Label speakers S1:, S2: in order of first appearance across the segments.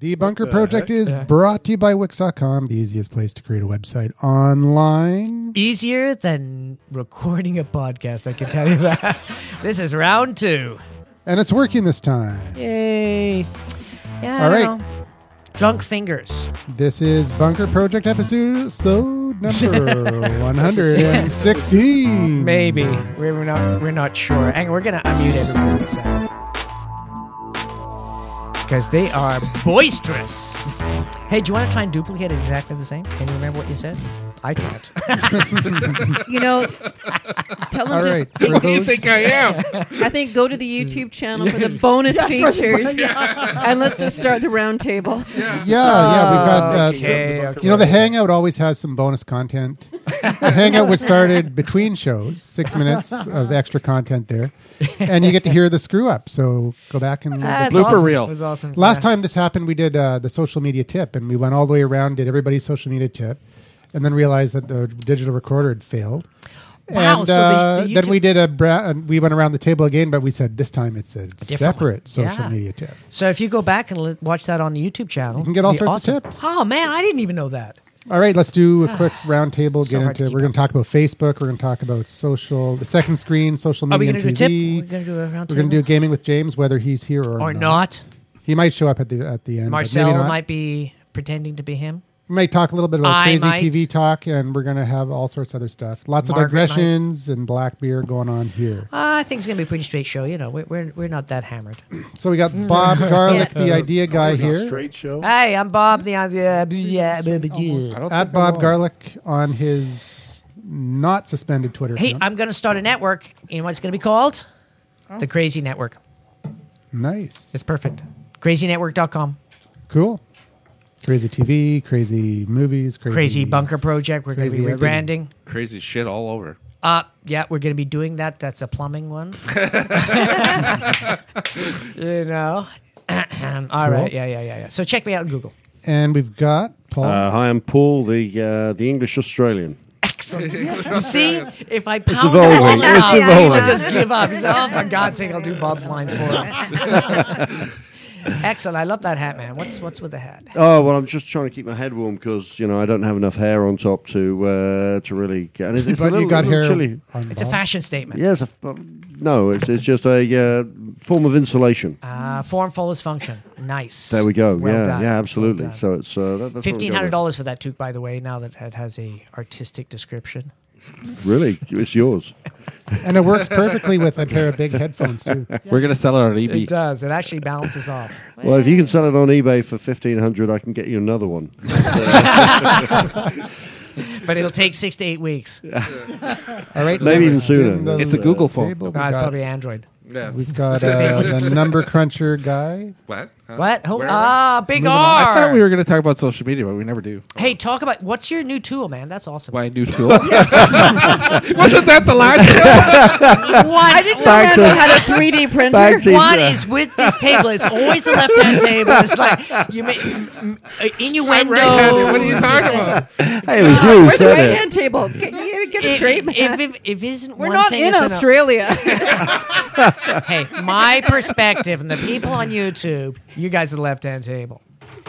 S1: Debunker Project is
S2: Yeah.
S1: brought to you by Wix.com, the easiest place to create a website online.
S2: Easier than recording a E podcast, I can tell you that. this is round two.
S1: And it's working this time.
S2: Yay. Yeah,
S1: All
S2: I
S1: right.
S2: don't know. Drunk fingers.
S1: This is Bunker Project episode so number 116.
S2: Maybe. We're we're not we're not sure. Hang on, we're gonna unmute everyone. Because they are boisterous. Hey, do you want to try and duplicate it exactly the same? Can you remember what you said? I can't.
S3: You know, tell them
S1: All
S3: just.
S1: right. For
S4: Who do you
S1: those,
S4: think I am?
S3: I think go to the YouTube channel for the bonus features, and let's just start the round table.
S1: yeah, yeah, we've got. Uh,
S2: okay,
S1: You know, the Hangout always has some bonus content. the Hangout was started between shows, six minutes of extra content there. And you get to hear the screw up. So go back and
S2: That's
S4: Blooper
S2: awesome.
S4: reel.
S2: It was awesome.
S1: Last time this happened, we did uh, the social media tip, and we went all the way around, did everybody's social media tip, and then realized that the digital recorder had failed.
S2: Wow,
S1: and
S2: so the-
S1: uh,
S2: the
S1: then
S2: YouTube-
S1: we did a bra- and we went around the table again, but we said this time it's a separate social
S2: Yeah.
S1: media tip.
S2: So if you go back and li- watch that on the YouTube channel, you
S1: can get all sorts of tips.
S2: Oh man, I didn't even know that.
S1: All right, let's do a quick roundtable.
S2: So
S1: Get
S2: hard to
S1: into
S2: keep
S1: we're going to talk about Facebook. We're going to talk about social, the second screen, social
S2: Are we
S1: media,
S2: going to do a
S1: and
S2: tip?
S1: TV.
S2: We're going to do a round
S1: We're going to do gaming with James, whether he's here or,
S2: or not.
S1: He might show up at the at the end. but maybe
S2: Marcel
S1: not.
S2: might be pretending to be him.
S1: We might talk a little bit about
S2: I
S1: crazy
S2: might.
S1: TV talk, and we're going to have all sorts of other stuff. Lots
S2: Margaret
S1: of digressions and black beer going on here.
S2: Uh, I think it's going to be a pretty straight show. You know, we're we're, we're not that hammered. Mm.
S1: So we got Bob Garlick,
S3: Yeah.
S1: the
S5: Uh,
S1: idea guy here,
S6: Straight show.
S2: hey, I'm Bob. The uh, idea. Yeah, yeah.
S1: at Bob Garlick on his not suspended Twitter
S2: Hey,
S1: account.
S2: I'm going to start a network, and what's going to be called? The Crazy Network.
S1: nice,
S2: It's perfect. CrazyNetwork.com.
S1: cool. Crazy TV, crazy movies, crazy,
S2: Crazy Bunker Project. We're going to be
S1: Crazy
S2: rebranding.
S1: everything.
S4: Crazy shit all over.
S2: Uh, yeah, we're going to be doing that. That's a plumbing one. you know. All right. Yeah, yeah, yeah, yeah. So check me out on Google.
S1: And we've got Paul.
S7: Uh, hi, I'm Paul, the uh, the English Australian.
S2: Excellent. You see, if I pound
S7: evolving.
S2: all that
S7: It's
S2: out, people
S7: evolving.
S2: just give up. He's, oh, for God's sake, I'll do Bob's lines for him. Excellent. I love that hat, man. What's what's with the hat?
S7: Oh well, I'm just trying to keep my head warm because you know I don't have enough hair on top to uh, to really get. And it's, it's a
S1: but
S7: little,
S1: you got
S7: little
S1: hair.
S7: chilly.
S1: on
S2: It's a
S1: Bob.
S2: fashion statement.
S7: Yes, I've- um, no, it's it's just a uh, form of insulation.
S2: Uh, form follows function. Nice.
S7: There we go.
S2: Well
S7: yeah,
S2: done.
S7: yeah, absolutely.
S2: Well done.
S7: so it's uh, that, that's what we're
S2: Fifteen hundred
S7: going
S2: dollars for that toque, by the way. Now that it has a artistic description.
S7: with. Really, it's yours.
S1: and it works perfectly with a pair of big headphones too.
S4: We're gonna sell it on
S2: It
S4: EB.
S2: does. It actually balances off.
S7: Well, if you can sell it on eBay for fifteen hundred, I can get you another one. Uh,
S2: But it'll take six to eight weeks. No,
S1: All right,
S7: Maybe even
S1: let's do
S7: sooner.
S1: the
S4: It's a Google phone.
S1: table. We
S2: it's
S1: got-
S2: probably Android.
S4: Yeah.
S1: We've got uh, the number cruncher guy.
S4: What? Huh?
S2: What? Oh,
S4: Where-
S2: ah, big R.
S4: I thought we were gonna talk about social media, but we never do.
S2: Hey, talk about what's your new tool, man? That's awesome.
S4: Why new tool? Wasn't that the last show?
S3: I didn't know
S7: Back
S3: Randall
S7: to-
S3: had a 3D printer.
S7: Back to-
S2: What
S4: uh,
S7: Yeah.
S2: is with this table? It's always the left hand table. It's like you may, m- uh, innuendo.
S4: What are you talking about?
S7: Hey, it was you,
S3: Where's the
S7: said
S3: right
S7: it.
S3: hand table? Get, get, get it straight,
S2: If,
S3: man.
S2: if, if, if isn't
S3: We're
S2: one
S3: not
S2: thing,
S3: in
S2: it's ano-
S3: Australia.
S2: Hey, my perspective and the people on YouTube, you guys are the left hand table.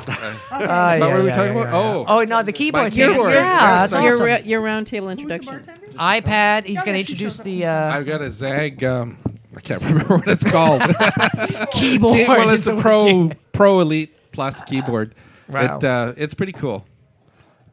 S2: Uh, yeah,
S4: what were we
S2: yeah,
S4: talking
S2: yeah,
S4: about?
S2: yeah, yeah.
S4: Oh.
S2: oh no, the keyboard thing.
S4: keyboard.
S2: Yeah,
S4: Yes,
S2: that's
S3: your,
S2: awesome.
S3: ra- your round table introduction.
S2: iPad. He's going to introduce the uh,
S4: I've got a Zag. Um, I can't remember what it's called.
S2: keyboard.
S4: well, it's
S2: It's
S4: a Pro Pro Elite Plus keyboard.
S2: Wow.
S4: It, uh, it's pretty cool.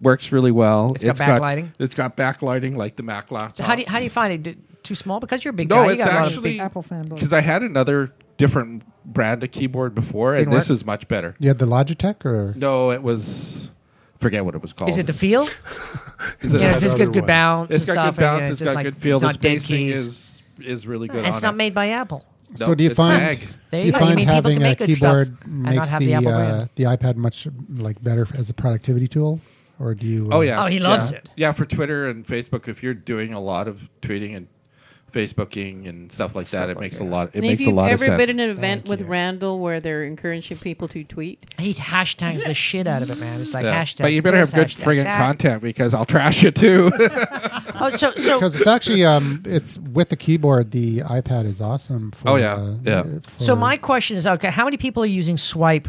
S4: Works really well.
S2: It's got backlighting?
S4: it's got backlighting like the Mac laptop.
S2: So how do you, how do you find it? D- Too small because you're a big
S4: No,
S2: guy. you
S4: it's
S2: got a lot of
S4: actually
S2: big-
S8: Apple fanboy.
S4: because I had another different brand of keyboard before,
S2: Didn't
S4: and this
S2: work?
S4: is much better.
S1: You had the Logitech, or
S4: No, it was forget what it was called.
S2: is it the feel?
S4: Is it-
S2: Yeah, it's just good, good bounce.
S4: it's got
S2: and stuff,
S4: good bounce.
S2: and, you know,
S4: it's
S2: just
S4: got
S2: like,
S4: good feel.
S2: It's
S4: The
S2: not dead
S4: spacing
S2: keys.
S4: is is really good.
S2: And it's
S4: on
S2: not
S4: it.
S2: made by Apple.
S4: No,
S1: so do you
S4: it's
S1: find
S4: Zag.
S2: There you
S1: do you
S2: go. You
S1: find
S2: mean people
S1: having
S2: can
S1: a
S2: make good stuff
S1: keyboard
S2: and not
S1: makes
S2: have
S1: the
S2: the Apple
S1: uh,
S2: brand?
S1: the iPad much like better as a productivity tool, or do you? uh,
S4: Oh yeah.
S2: Oh, he loves
S4: Yeah.
S2: it.
S4: Yeah, for Twitter and Facebook, if you're doing a lot of tweeting and Facebooking and stuff like that, it makes a lot. It
S3: And if
S4: makes a
S3: you've
S4: lot of
S3: ever
S4: sense.
S3: been in an event with Randall where they're encouraging people to tweet,
S2: He hashtags the shit out of it, man. It's like
S4: Yeah.
S2: hashtag.
S4: But you better
S2: this,
S4: have good
S2: hashtag
S4: friggin'
S2: that.
S4: content because I'll trash you too.
S2: Oh, so so
S1: Because it's actually um, it's with the keyboard. The iPad is awesome. For,
S4: Oh, yeah.
S1: uh,
S4: Yeah.
S1: uh, For,
S2: so my question is okay. How many people are using swipe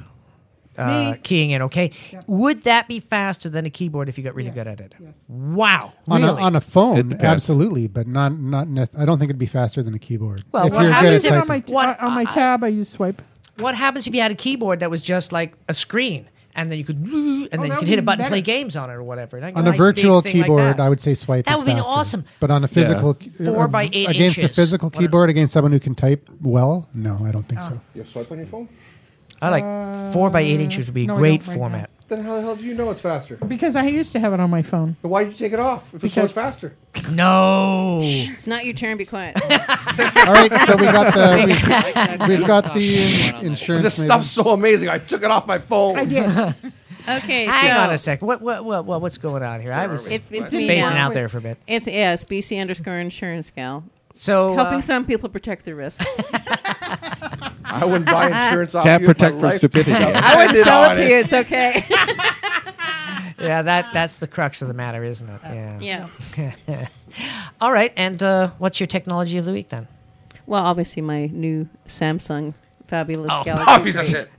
S2: uh,
S6: Me.
S2: keying in. Okay, would that be faster than a keyboard if you got really good at it?
S6: yes.
S2: Wow,
S1: On
S2: really?
S1: a, on a
S4: It
S1: phone,
S4: depends.
S1: absolutely, but not not. Nec- I don't think it'd be faster than a keyboard.
S3: Well,
S1: if
S3: what
S1: you're
S2: happens
S1: good at
S2: if
S6: on
S1: typing.
S6: my,
S2: What-
S6: Uh, on my tab, I use swipe.
S2: what happens if you had a keyboard that was just like a screen, and then you could, and then you
S6: that
S2: could hit a
S6: would be
S2: button, and play
S6: better.
S2: games on it or whatever? Like
S1: on a
S2: nice big
S1: virtual
S2: thing like
S1: keyboard,
S2: that.
S1: I would say swipe.
S2: That
S1: is
S2: would be
S1: faster.
S2: awesome.
S1: But on a physical uh,
S2: Four by eight
S1: against a
S2: inches.
S1: physical
S2: What a-
S1: keyboard against someone who can type well, no, I don't think so.
S8: You
S3: Oh.
S8: have swipe on your phone?
S2: I
S8: Uh,
S2: like four by eight inches would be a
S6: no, I
S2: great
S6: don't right
S2: format.
S8: Then how the hell do you know it's faster?
S6: Because I used to have it on my phone.
S8: Then why did you take it off if it's so much faster?
S2: No,
S3: It's not your turn. Be quiet.
S1: All right, so we got the we, we've got the in-
S8: This
S1: insurance. maybe.
S8: stuff's so amazing. I took it off my phone.
S6: I did.
S3: Okay,
S2: hang
S3: so
S2: on a second. What what what, what what's going on here? I was
S3: It's it's me
S2: spacing
S3: now.
S2: out there for a bit.
S3: It's yes, BC underscore insurance gal,
S2: So uh,
S3: helping some people protect their risks.
S8: I wouldn't buy insurance off
S4: Can't
S8: you if my
S4: protect from
S8: life
S4: stupidity.
S8: depended
S3: I wouldn't sell it
S8: on
S3: to you. It's okay.
S2: yeah, that that's the crux of the matter, isn't it? Yeah.
S3: Uh, yeah.
S2: All right, and uh, what's your technology of the week then?
S3: Well, obviously my new Samsung fabulous
S2: Oh,
S3: Galaxy.
S8: Oh, piece of
S3: three.
S8: shit.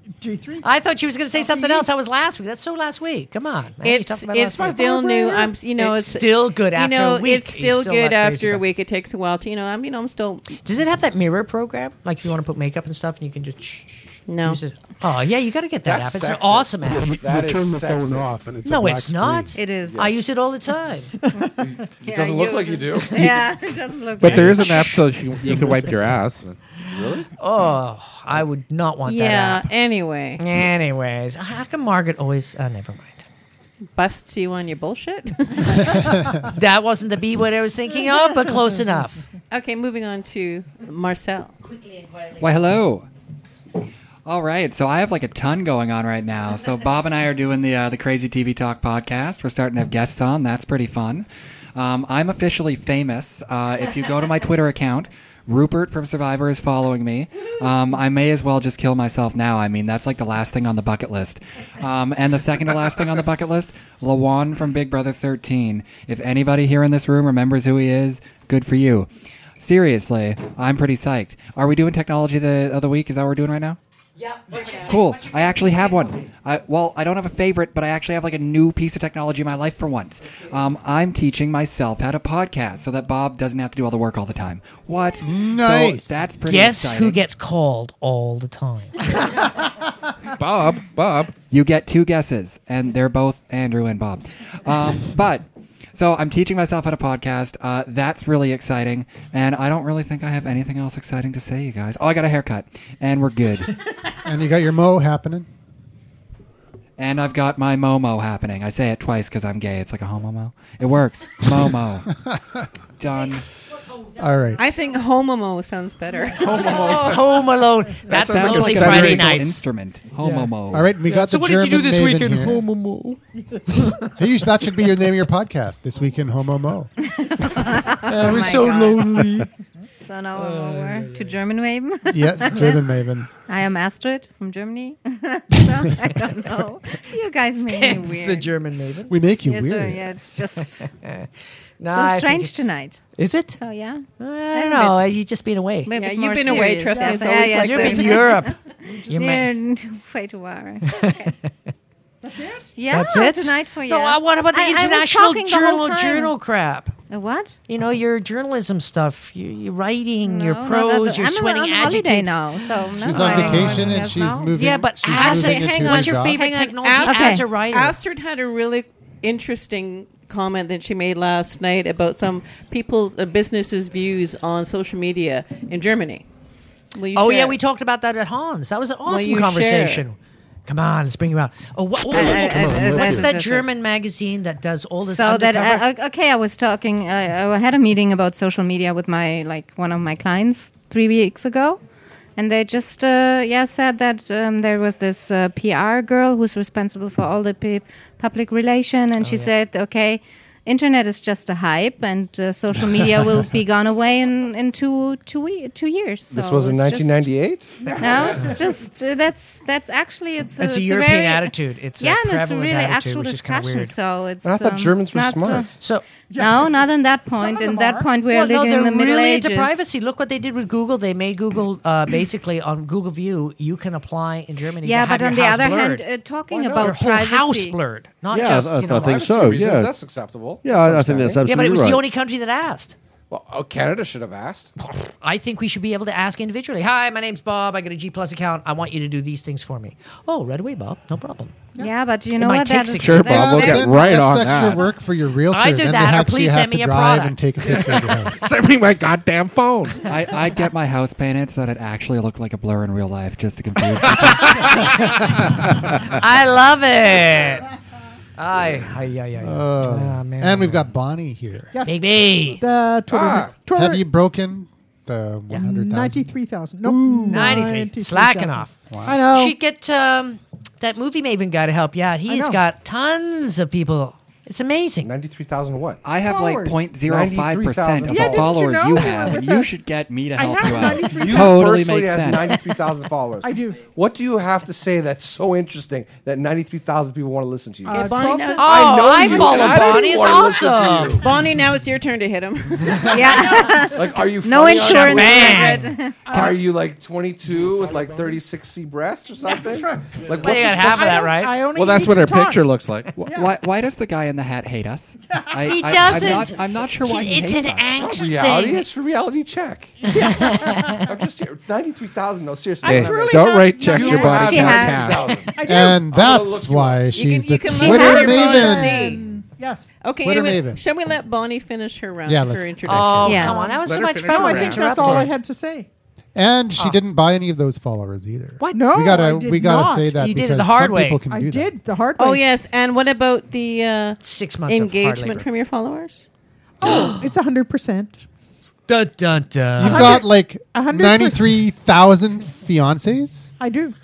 S6: G3.
S2: I thought she was going to say something else. That was last week. That's so last week. Come on, man. You talked
S3: It's
S2: about
S3: it's
S2: last week.
S3: still new. I'm s- you know
S2: It's
S3: it's,
S2: still good
S3: you
S2: after a
S3: know
S2: week.
S3: it's still
S2: He's still
S3: good
S2: not crazy
S3: after a
S2: about it.
S3: week. It takes a while to you know I'm you know I'm still
S2: Does it have that mirror program? Like if you want to put makeup and stuff, and you can just shh,
S3: No.
S2: Use it. Oh yeah, you got to get that
S8: That's
S2: app. It's an
S8: sexist.
S2: awesome app.
S8: That
S9: you
S8: is
S9: turn the phone
S8: sexist.
S9: off, and it's a
S2: No,
S9: black
S2: it's not.
S9: screen.
S3: it is
S2: I use it all the time.
S8: It doesn't look like you do.
S3: yeah it doesn't look
S4: But there is an app so you, you can wipe your ass. Really?
S2: Oh, I would not want
S3: yeah
S2: that app.
S3: anyway
S2: Anyways, how come Margaret always? Uh, never mind.
S3: busts you on your bullshit.
S2: That wasn't the B word I was thinking of, but close enough.
S3: okay, moving on to Marcel.
S10: Why, hello. All right, so I have like a ton going on right now. So Bob and I are doing the uh, the Crazy TV Talk podcast. We're starting to have guests on. That's pretty fun. Um, I'm officially famous. Uh, if you go to my Twitter account, Rupert from Survivor is following me. Um, I may as well just kill myself now. I mean, that's like the last thing on the bucket list. Um, and the second to last thing on the bucket list, Lawan from Big Brother 13. If anybody here in this room remembers who he is, good for you. Seriously, I'm pretty psyched. Are we doing technology the other week? Is that what we're doing right now? Cool. I actually have one. I, well, I don't have a favorite, but I actually have like a new piece of technology in my life for once. Um, I'm teaching myself how to podcast so that Bob doesn't have to do all the work all the time. What?
S1: Nice.
S10: So that's pretty
S2: Guess
S10: exciting.
S2: who gets called all the time?
S4: Bob, Bob.
S10: You get two guesses, and they're both Andrew and Bob. Um, but so I'm teaching myself how to podcast. Uh, that's really exciting, and I don't really think I have anything else exciting to say, you guys. Oh, I got a haircut, and we're good.
S2: Oh.
S1: And you got your mo happening.
S10: and I've got my Momo happening. I say it twice because I'm gay. It's like a homo mo. It works. Momo. Done.
S1: All right,
S3: I think homomo sounds better.
S2: oh, Home Alone. That's
S10: Sounds
S2: lonely
S10: like a
S2: Friday
S10: musical
S2: nights.
S10: instrument. Homo mo.
S1: all right. We got the German Maven here.
S2: Homo?
S1: Hey, you- that should be your name of your podcast this week in Homo Mo.
S2: I was
S11: Oh my so God.
S2: lonely. Oh,
S11: So now over to German Waven.
S1: Yeah, German Maven.
S11: I am Astrid from Germany. so I don't know. You guys make me
S2: It's
S11: weird.
S2: the German Maven.
S1: We make you
S11: yeah, so,
S1: weird.
S11: yeah, it's just so
S2: No, I think
S11: strange
S2: it's-
S11: tonight.
S2: Is it?
S11: So yeah,
S2: I don't know. You've just been away.
S11: Maybe
S3: Yeah, you've been away, trust me, it's always like
S2: You're in
S3: Yes.
S2: Europe. You may-
S11: way too far. Okay. That's it. Yeah,
S2: That's it.
S11: tonight for you.
S2: No, I- what about the
S11: I- I was
S2: international
S11: talking the
S2: journal
S11: whole time.
S2: journal crap?
S11: Uh, What?
S2: You know your journalism stuff, your, your writing, your
S11: No, Oh, no,
S2: prose,
S11: no, no.
S2: your
S11: I'm
S2: sweating
S11: on
S2: adjectives.
S11: holiday now, so no,
S1: She's on
S11: I-
S1: vacation and
S11: yes,
S1: she's
S11: no.
S1: moving.
S2: Yeah, but
S1: she's
S2: Astrid,
S1: moving
S3: hang on.
S1: into her
S2: What's your
S1: job.
S2: favorite
S3: Hang on,
S2: technology
S3: Astrid-
S2: as a writer?
S3: Astrid had a really interesting comment that she made last night about some people's uh, businesses' views on social media in Germany. Will you
S2: Oh yeah,
S3: share?
S2: we talked about that at Hans. That was an awesome
S3: you
S2: conversation. Come on, let's bring you out. Oh, wha- wha-
S11: I- I- I-
S2: what's
S11: that's-
S2: that
S11: that's-
S2: German magazine that does all this?
S11: so that uh,
S2: undercover-
S11: I, I- okay i was talking uh, I, I had a meeting about social media with my like one of my clients three weeks ago and they just uh, yeah said that um, there was this uh,
S1: Oh,
S11: pr girl who's responsible for all the pu- public relation and she said okay internet is just a hype, and uh, social media will be gone away in, in two, two, we- two years.
S9: This
S11: So
S9: was in
S11: it's just-
S9: 1998.
S11: No, it's just uh, that's that's actually it's a,
S2: That's a
S11: it's
S2: European
S11: very-
S2: attitude. It's a
S11: yeah, and it's a
S2: prevalent
S11: really
S2: attitude,
S11: actual
S2: which is kinda
S11: discussion.
S2: weird.
S11: So it's.
S9: And I thought
S11: um,
S9: Germans were
S11: not, uh,
S9: smart.
S2: So
S11: No, not in that point. In that point, we are
S2: Well,
S11: living
S2: no,
S11: in the
S2: they're
S11: Middle
S2: really
S11: Ages.
S2: into privacy. Look what they did with Google. They made Google uh, basically on Google View. You can apply in Germany.
S12: Yeah,
S2: to have
S12: but on
S2: your
S12: the
S2: house
S12: other
S2: blurred.
S12: hand, uh, talking
S8: not?
S12: about
S2: your whole
S12: privacy.
S2: house blurred, not
S7: Yeah,
S2: just
S7: I- I
S2: you know.
S7: think
S8: Privacy
S7: so,
S8: reasons,
S7: yeah.
S8: that's acceptable.
S7: Yeah, I- I think that's
S8: understandable.
S2: yeah, but
S7: absolutely
S2: it was
S7: right.
S2: the only country that asked.
S8: Well, oh, Canada should have asked.
S2: I think we should be able to ask individually. Hi, my name's Bob. I got a G Plus account. I want you to do these things for me. Oh, right away, Bob. No problem.
S12: Yeah, but you know
S2: might
S12: what?
S2: take
S12: That is,
S2: six Sure,
S12: that's
S1: Yeah,
S7: Bob, we'll
S1: but
S12: very-
S7: get
S1: then
S7: right
S1: that's
S7: on
S1: extra
S7: that.
S1: work for your realtor.
S2: Either
S1: then
S2: that
S1: they
S2: or
S1: actually
S2: please
S1: have
S2: send me
S1: to
S2: a
S1: drive
S2: product.
S1: and take a picture of your house.
S4: Send me my goddamn phone.
S10: I, I'd get my house painted so that it actually looked like a blur in real life, just to confuse people.
S2: I love it. Ay, ay, ay, ay. Ah, man.
S1: Uh, Oh. And we've got Bonnie here.
S6: Yes.
S2: Baby.
S6: The Twitter.
S8: Ah,
S6: Twitter
S1: Have you broken the 100,000?
S6: 93,000. Nope. 93,000.
S2: 93. Slacking off.
S6: I know.
S2: She'd get um, that movie Maven guy to help you out. He's
S6: know.
S2: got tons of people. It's amazing.
S8: 93,000 what?
S10: I have
S6: Followers.
S10: like 0.05 percent of
S8: Yeah, didn't
S10: the
S8: you
S10: followers
S6: know?
S10: you, have, and you should get me to
S6: I
S10: help
S6: have
S10: you out.
S6: 93,000.
S8: You
S10: totally
S8: personally
S10: makes
S8: has
S10: sense.
S8: 93,000 followers.
S6: I do.
S8: What do you have to say that's so interesting that 93,000 people want to listen to you?
S6: Uh,
S3: Bonnie,
S6: 12
S3: now,
S6: to-
S2: Oh,
S8: know
S2: I
S8: you,
S2: follow
S8: and I didn't
S2: Bonnie. It's
S8: wanna listen to
S2: awesome.
S8: you.
S3: Bonnie, now it's your turn to hit him.
S12: yeah,
S8: Like, are you
S12: no
S8: funny on
S12: insurance.
S2: Bang.
S12: covered.
S8: Are you like 22 with like 36C breasts or something? Like, what's
S2: They
S8: this-
S2: got half of
S6: I
S2: that,
S6: don't-
S2: right?
S6: I only
S4: Well, that's
S6: need
S4: what
S6: to
S4: her
S6: talk.
S4: picture looks like.
S10: Wh- Why, why does the guy in the hat hate us? I,
S2: He
S10: I-
S2: doesn't.
S10: I'm not, I'm not sure why he
S2: it's an
S10: hates us.
S2: angst
S8: reality?
S2: thing.
S8: It's for reality check. I'm just here. 93,000. No, seriously.
S4: Hey,
S8: I'm not-
S4: don't
S6: have
S4: write check
S8: You
S4: your
S8: have
S4: body
S12: She has.
S4: count cash.
S8: 93,000.
S1: And
S8: look
S1: that's
S8: you
S1: why
S3: You
S1: she's
S3: can- you
S1: the
S3: can look
S1: Twitter
S3: at your phone
S1: maven.
S3: and
S6: Yes.
S3: Okay,
S1: What a
S3: anyway,
S1: maven.
S3: shall we let Bonnie finish her round,
S1: Yeah,
S3: her
S1: let's-
S3: introduction?
S2: Oh,
S12: Yes.
S2: come on. That was
S4: Let
S2: so
S4: her
S2: much
S4: finish
S2: fun.
S6: No, I
S4: Right.
S6: think
S2: Interrupted.
S6: that's all I had to say.
S1: And she didn't buy any of those followers either.
S2: What?
S6: No,
S1: we gotta
S6: I did
S1: we gotta
S6: not.
S1: say that
S2: You did it
S1: because
S2: the hard
S1: some
S2: way.
S1: people can
S6: I
S1: do that.
S6: did the hard way.
S3: Oh yes, and what about the uh,
S2: Six months of hard
S3: engagement
S2: labor.
S3: from your followers?
S6: Oh, it's 100%.
S2: Dun, dun, dun.
S1: You've got like
S6: a hundred percent.
S1: ninety three thousand fiancés.
S6: I do.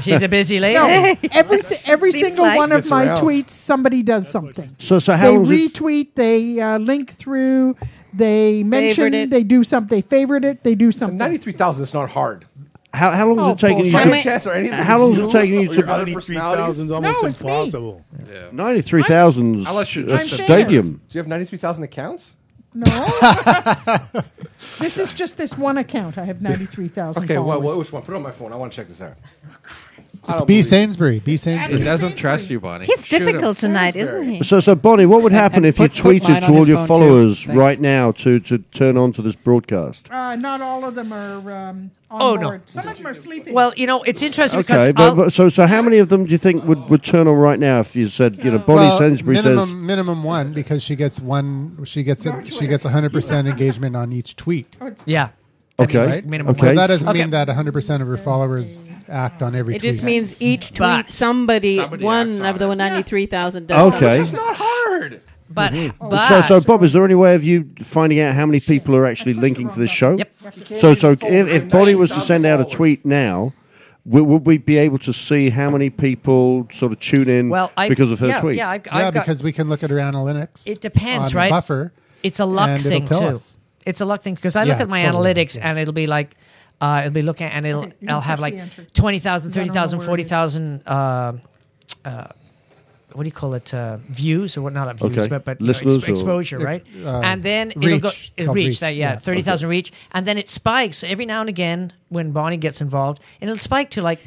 S2: She's a busy lady.
S6: No, every si- every
S12: Seems
S6: single
S12: like-
S6: one of
S8: Gets
S6: my
S8: around.
S6: tweets, somebody does something.
S7: So, so
S6: They
S7: how was it?
S6: retweet, they uh, link through, they mention,
S3: it.
S6: they do something, they favorite it, they do something.
S8: 93,000 is not hard.
S7: How, how long
S6: Oh,
S7: is it taking you?
S6: bullshit.
S8: By
S6: How
S7: To,
S6: many-
S8: chance or anything.
S7: how long is
S8: You
S7: it taking you
S8: or your
S7: to
S8: other personalities? Do
S6: almost No, it's me. impossible.
S7: ninety-three thousand?
S4: Unless you're
S7: a
S4: just
S6: a-
S7: stadium.
S8: you have 93,000 accounts?
S6: No. this is just this one account. I have 93,000
S8: Okay, well,
S6: followers.
S8: well, which one? Put it on my phone. I want to check this out. I don't
S1: It's B
S8: believe you.
S1: Sainsbury. B Sainsbury.
S4: It doesn't trust you, Bonnie.
S12: He's
S8: Shoot him.
S12: difficult tonight, isn't he?
S7: So, so Bonnie, what would happen
S10: and
S7: if
S10: put-
S7: you
S10: put mine
S7: tweeted
S10: on
S7: to all
S10: his
S7: your
S10: phone too.
S7: followers
S10: Thanks.
S7: right now to, to turn on to this broadcast?
S6: Uh, not all of them are um, on
S2: Oh, no.
S6: board. Some of them are sleeping.
S2: Well, you know, it's interesting
S7: Okay,
S2: because
S7: but,
S2: I'll-
S7: but- so so how many of them do you think would, would turn on right now if you said
S2: Oh.
S7: you know Bonnie
S1: Well,
S7: Sainsbury
S1: minimum
S7: says
S1: minimum one because she gets one. She gets a, she gets hundred percent engagement on each tweet.
S2: yeah. That
S7: okay
S2: means
S1: Right?
S2: minimum
S7: okay
S1: So that doesn't
S2: Okay.
S1: mean that hundred percent of her followers act on every
S3: It
S1: tweet.
S3: just means each tweet
S2: But-
S3: somebody,
S4: Somebody acts
S3: one
S4: on
S3: of the
S4: it.
S3: ninety three thousand does
S7: Okay.
S3: something.
S8: It's not hard.
S2: But, but
S7: so so Bob is there any way of you finding out how many people are actually linking to this show?
S2: Yep.
S7: So so if, if Bonnie was to send out a tweet now. Would, would we be able to see how many people sort of tune in
S2: well, I,
S7: because of her
S2: yeah,
S7: tweet?
S2: Yeah, I've,
S1: yeah,
S2: I've got,
S1: because we can look at her analytics.
S2: It depends,
S1: on
S2: right?
S1: Buffer.
S2: It's a luck
S1: and it'll
S2: thing too.
S1: tell us.
S2: It's a luck thing because I
S1: Yeah,
S2: look at
S1: it's
S2: my
S1: totally
S2: analytics
S1: luck, yeah.
S2: and it'll be like uh, it'll be looking and it'll
S6: Okay, you
S2: I'll
S6: can
S2: have
S6: push
S2: like
S6: the enter.
S2: 20,000,
S6: I don't know
S2: 30,000,
S6: where it is.
S2: 40,000 uh, uh, what do you call it? Uh, views or what? Not views,
S7: Okay.
S2: but but you know,
S7: Listeners
S2: ex-
S7: or-
S2: exposure, right? and then it'll
S1: uh, reach.
S2: go
S1: It's
S2: it'll
S1: called
S2: reach,
S1: reach.
S2: that yeah,
S1: Yeah,
S2: thirty thousand reach, and then it spikes every now and again when Bonnie gets involved. and It'll spike to like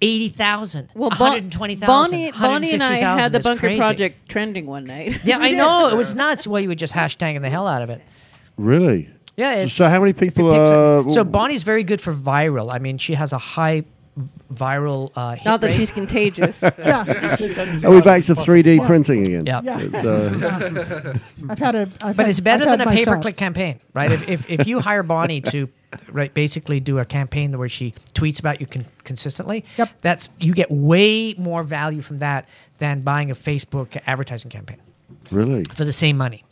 S2: eighty thousand,
S3: Well,
S2: one
S3: Bon-
S2: hundred twenty thousand,
S3: Bonnie, Bonnie and I had the Bunker Project trending one night.
S2: Yeah, I know it was nuts. Well, you were just hashtagging the hell out of it.
S7: Really?
S2: Yeah. It's,
S7: So how many
S2: if it
S7: people
S2: picks
S7: are-
S6: uh,
S2: up- so Bonnie's very good for viral. I mean, she has a high v- viral uh, hit
S3: Not that
S2: rate.
S3: she's contagious.
S7: Are we back to 3D printing again?
S2: Yep.
S6: Yeah.
S7: It's, uh,
S6: I've had a.
S2: but
S6: I've had-
S2: it's better
S6: I've had
S2: than a
S6: my
S2: pay per click
S6: shots.
S2: campaign, right? If, if if you hire Bonnie to right basically do a campaign where she tweets about you con- consistently,
S6: Yep.
S2: that's you get way more value from that than buying a Facebook advertising campaign
S7: really?
S2: for the same money.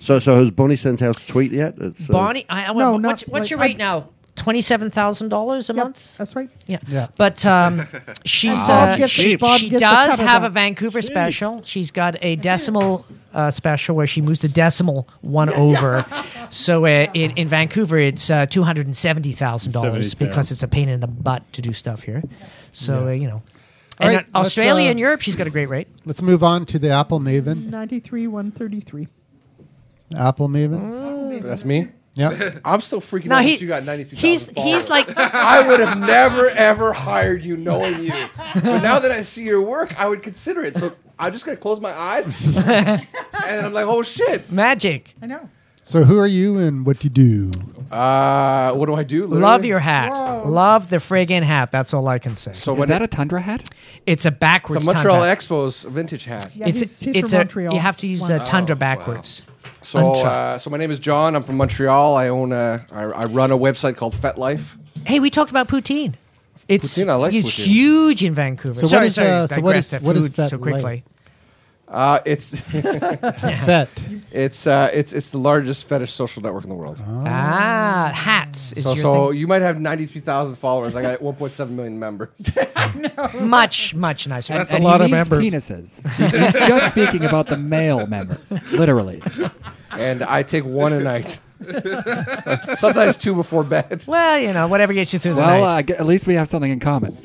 S7: So, so has Bonnie sent out a tweet yet? It's, uh,
S2: Bonnie, I, I,
S6: No,
S2: what's,
S6: not
S2: what's your
S6: like-
S2: rate now? twenty-seven thousand dollars a month.
S6: That's right.
S2: Yeah.
S6: Yeah.
S2: But um, she's
S6: And Bob
S2: uh,
S6: gets-
S2: she,
S6: Bob
S2: she
S6: gets a
S2: does
S6: cut of
S2: have
S6: that.
S2: a Vancouver
S6: Cheap.
S2: special. She's got a decimal uh, special where she moves the decimal one over. So uh, in, in Vancouver, it's uh, two hundred and seventy thousand dollars
S9: 70,000.
S2: because it's a pain in the butt to do stuff here. So uh, you know,
S1: All
S2: and
S1: right,
S2: in Australia
S1: let's, uh,
S2: and Europe, she's got a great rate.
S1: Let's move on to the Apple Maven.
S6: 93, 133.
S1: Apple Maven.
S8: That's me.
S1: Yeah.
S8: I'm still freaking
S6: No,
S8: out
S6: he-
S8: that you got 93.
S6: he's- he's like-
S8: I would have never ever hired you knowing you, but now that I see your work, I would consider it. So I'm just gonna close my eyes, and then I'm like, oh shit,
S2: magic.
S6: I know.
S1: So who are you and what do you do?
S8: Uh, what do I do? Literally?
S2: Love your hat. Love the friggin' hat. That's all I can say.
S8: So Is when that it- a
S10: tundra hat?
S2: It's a
S8: It's a
S2: backwards
S8: Montreal
S2: tundra.
S8: Expos vintage hat.
S2: it's it's a, you have to use a
S8: Oh, Wow.
S2: tundra backwards.
S8: So,
S2: Untra-
S8: uh, so my name is John. I'm from Montreal. I own a, I, I run a website called FetLife.
S2: hey, we talked about poutine. It's
S8: Poutine, I like
S2: it's
S8: poutine.
S2: huge in Vancouver.
S8: So what
S2: sorry,
S8: is,
S2: sorry,
S8: uh, so what
S2: digressed
S8: is-
S2: at
S8: what is
S2: food
S8: Fet
S2: so
S8: Light?
S2: quickly?
S8: Uh, it's
S1: Fet.
S8: It's uh, it's it's the largest fetish social network in the world.
S2: Ah, hats is
S8: So,
S2: your
S8: so
S2: thing.
S8: you might have 93,000 followers. I got 1.7 million members.
S2: much much nicer.
S10: And- and he means Penises. He's, he's just speaking about the male members, literally.
S8: And I take one a night. Sometimes two before bed.
S2: Well, you know, whatever gets you through the
S10: Well,
S2: night.
S10: uh, g- at least we have something in common.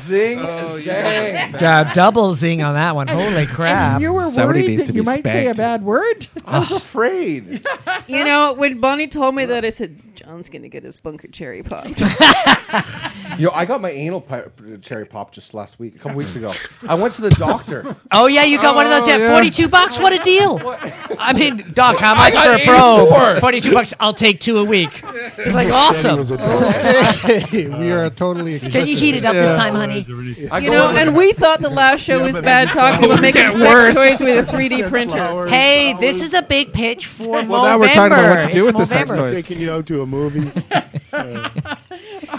S8: Zing, zang.
S2: Uh, double zing on that one. Holy crap!
S6: And you were worried that you might say a bad word?
S8: I was afraid.
S3: You know, when Bonnie told me that, I said, John's going to get his bunker cherry pop.
S8: Yo, I got my anal pi- cherry pop just last week, a couple weeks ago. I went to the doctor.
S2: Oh yeah, you got one of those
S8: Oh,
S2: at
S8: yeah.
S2: forty-two bucks. What a deal! I mean, Doc, how
S8: I
S2: much for
S8: got
S2: a pro?
S8: 84.
S2: Forty-two bucks. I'll take two a week. It's like awesome.
S11: Oh,
S1: Okay, we are totally.
S2: Can you heat it up this time, honey?
S3: you know, and we thought the last show was bad talking about making sex toys with a 3D printer.
S2: Hey, this is a big pitch for
S9: Well, now we're talking about what to do with the sex toys. Taking you out to a movie.
S5: Uh,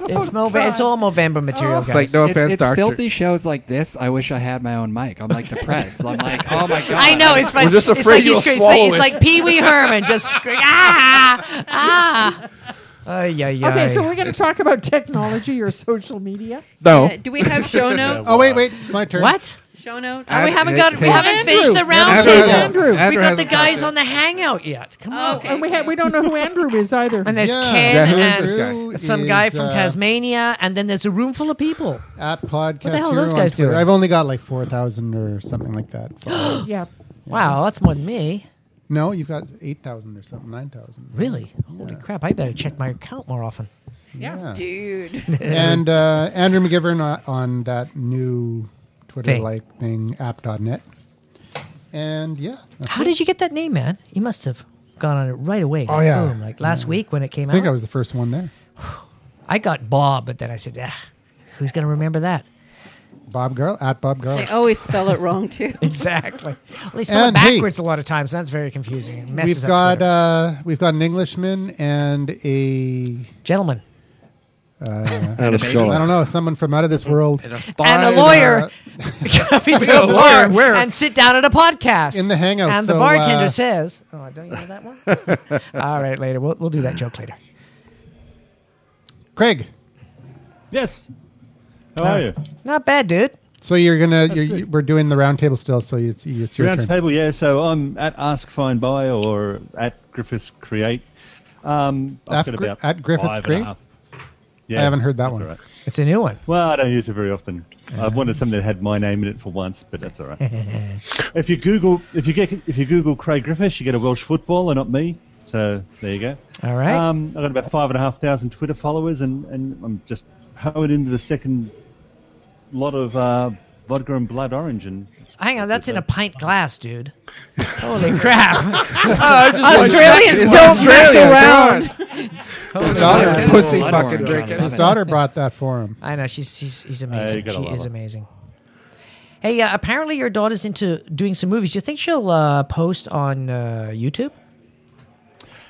S2: It's Mova. It's all Movember material.
S10: It's
S2: guys.
S10: like, no offense, it's filthy shows like this. I wish I had my own mic. I'm like depressed. I'm like, oh my god.
S2: I know it's like it's like he's crazy. It's like Pee Wee Herman just scream ah ah. Ay, ay, ay.
S6: Okay, so we're going to talk about technology or social media.
S10: No.
S2: Uh,
S3: Do we have show notes?
S1: Oh wait, wait, it's my turn.
S2: What?
S3: Show notes?
S2: And we haven't
S1: Hey,
S2: got
S1: hey.
S2: we haven't finished the
S6: Andrew.
S2: round
S6: Andrew.
S2: table.
S6: Andrew.
S2: We got
S6: Andrew
S2: the
S6: hasn't talked
S2: guys
S6: yet.
S2: on the hangout yet. Come on.
S6: And we, ha- we don't know who Andrew is either.
S2: And there's
S1: Yeah.
S2: Ken
S1: Yeah, who is
S2: and
S1: this guy?
S2: some guy
S1: Is,
S2: from
S1: uh,
S2: Tasmania, and then there's a room full of people.
S1: At podcast.
S2: What the hell are
S1: Hero
S2: those
S1: on
S2: guys
S1: Twitter.
S2: doing?
S1: I've only got like four thousand or something like that. followers.
S6: yeah.
S2: Wow, that's more than me.
S1: No, you've got eight thousand or something, nine thousand.
S2: Really? Holy crap! I better check my account more often.
S1: Yeah.
S3: Dude.
S1: and uh, Andrew McGivern uh, on that new Twitter like thing, app.net. And yeah. that's
S2: How
S1: it.
S2: did you get that name, man? You must have gone on it right away.
S1: Oh, yeah.
S2: Boom, like last week when it came
S1: I think
S2: out.
S1: I was the first one there.
S2: I got Bob, but then I said, ah, who's going to remember that?
S1: Bob Garl at Bob
S3: They
S2: oh,
S1: Garl.
S3: always spell it wrong, too.
S2: exactly. Well, they spell it
S1: And hey-
S2: backwards a lot of times. That's very confusing. It messes
S1: We've
S2: up
S1: got
S2: Twitter.
S1: uh, we've got an Englishman and a
S2: gentleman.
S1: Uh,
S7: And a scholar.
S1: I don't know, someone from out of this world.
S4: And a,
S2: and a lawyer. We
S1: got a lawyer, where?
S2: And sit down at a podcast.
S1: In the hangout,
S2: And
S1: so,
S2: the bartender
S1: uh,
S2: says, oh, don't you know that one? All right, later. We'll, we'll do that joke later.
S1: Craig.
S9: Yes. How are you?
S2: Uh, Not bad, dude.
S1: So you're gonna
S9: That's
S1: you're,
S9: good.
S1: you- we're doing the roundtable still, so it's it's your
S9: Round
S1: turn.
S9: table, yeah. So I'm at Ask Find Buy or at Griffiths Create. Um, I've
S1: At
S9: got
S1: Gri-
S9: about
S1: at Griffiths
S9: five and a
S1: Create?
S9: half.
S1: I haven't heard that
S9: that's
S1: one.
S9: all right.
S2: It's a new one.
S9: Well, I don't use it very often. I wanted something that had my name in it for once, but that's all right. if you Google, if you get, if you Google Craig Griffiths, you get a Welsh footballer, not me. So there you go.
S2: All right.
S9: Um, I've got about five and a half thousand Twitter followers, and, and I'm just hoeing into the second lot of uh, vodka and blood orange, and
S2: Hang on, that's in a pint glass, dude. Holy crap.
S1: Oh,
S9: I just wanted to-
S2: Australians
S9: It's
S2: don't
S9: Australia,
S2: mess
S9: come
S2: around.
S1: His
S2: Holy
S1: daughter,
S2: crap.
S1: pussy
S2: Blood
S1: fucking
S2: orange
S1: drinking.
S2: on it.
S1: His daughter brought that for him.
S2: I know she's she's, she's
S9: you
S2: amazing.
S9: gotta
S2: she
S9: love
S2: is
S9: her.
S2: amazing. Hey, uh, apparently your daughter's into doing some movies. Do you think she'll uh, post on uh, YouTube?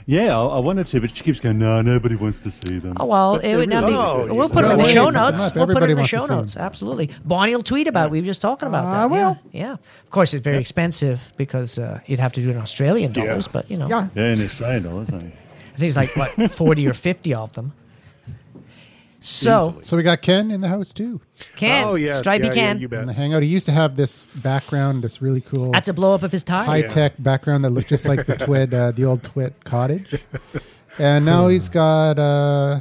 S9: yeah, I, I wanted to, but she keeps going. No, nobody wants to see them.
S2: Oh well,
S9: But
S2: it
S9: they
S2: would not
S9: really
S2: be.
S9: do.
S2: We'll put it
S9: No,
S2: in the
S9: wait,
S2: show
S9: but
S2: notes.
S9: not
S2: We'll put it
S9: everybody
S2: in the
S9: wants to
S2: show
S9: see 'em.
S2: notes. Absolutely. Bonnie will tweet about. it. We were just talking about that.
S6: will.
S2: Yeah. Of course, it's very expensive because uh, you'd have to do it in Australian dollars. But you know,
S6: Yeah.
S9: Yeah, in Australian dollars. I mean.
S2: I think it's like what forty or fifty of them. So
S1: so we got Ken in the house too.
S2: Ken, Oh, yes. Stripey Yeah, yeah, Ken. you bet.
S1: And the Hangout. He used to have this background, this really cool.
S2: That's a blow up of his tie.
S1: High tech background that looked just like the twid, uh, the old twit cottage. And now he's got, uh,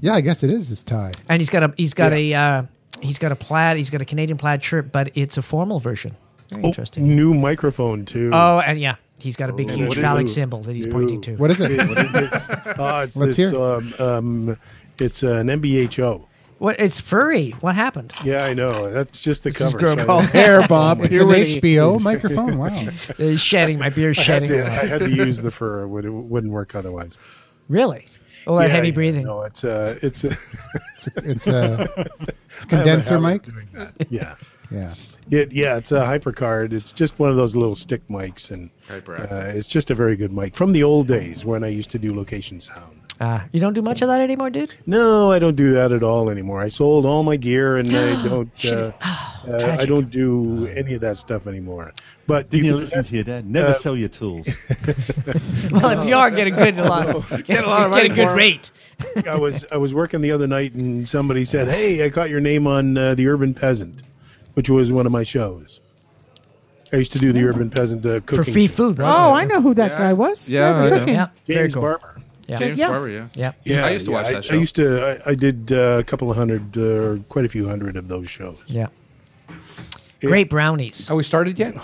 S1: yeah, I guess it is his tie.
S2: and he's got a he's got a uh, he's got a plaid he's got a Canadian plaid shirt, but it's a formal version. Very
S5: Oh,
S2: interesting.
S5: new microphone too.
S2: Oh, and yeah, he's got a big,
S5: And
S2: huge
S5: what is
S2: phallic
S5: it?
S2: symbol that he's
S5: Ew.
S2: pointing to.
S1: What is it?
S5: What is it? Oh, it's
S1: Let's
S5: this.
S1: hear.
S5: Um, um, it's an MBHO.
S2: What? It's furry. What happened?
S5: Yeah, I know. That's just the
S2: This is
S5: cover.
S2: gonna
S5: So-
S2: call hair, Bob.
S1: Oh, It's an HBO microphone. Wow.
S2: It's shedding. My beer's
S5: I
S2: shedding.
S5: Had to,
S2: a lot.
S5: I had to use the fur. It would- it wouldn't work otherwise.
S2: Really? Oh, that heavy breathing.
S5: No, it's uh, it's a,
S1: it's uh, a- it's a condenser
S5: I have a habit
S1: mic?
S5: of doing that. Yeah,
S1: Yeah.
S5: it, yeah, it's a HyperCard. It's just one of those little stick mics, and uh, it's just a very good mic from the old days when I used to do location sound.
S2: Ah, you don't do much of that anymore, dude.
S5: No, I don't do that at all anymore. I sold all my gear, and I don't. Uh, uh, I
S9: tragic.
S5: don't do any of that stuff anymore. But
S9: Didn't you
S5: can-
S9: listen to your dad? Never
S5: uh,
S9: sell your tools.
S2: Well, if you are getting good, a lot, get,
S5: Get a lot of
S2: get
S5: money
S2: a good
S5: for it.
S2: rate.
S5: I was I was working the other night and somebody said, "Hey, I caught your name on uh, the Urban Peasant," which was one of my shows. I used to do the Urban Peasant uh, cooking
S2: free
S5: show.
S2: food,
S6: Oh, I know who that guy was.
S5: Yeah,
S6: the
S5: I know.
S6: cooking.
S5: Yeah, James Barber.
S4: James
S6: Yeah.
S4: Barber, yeah.
S2: Yeah.
S5: Yeah,
S4: I used to
S5: yeah,
S4: watch that show.
S5: I used to. I, I did uh, a couple of hundred, uh, or quite a few hundred of those shows.
S2: Yeah. Great brownies.
S8: Are we started yet?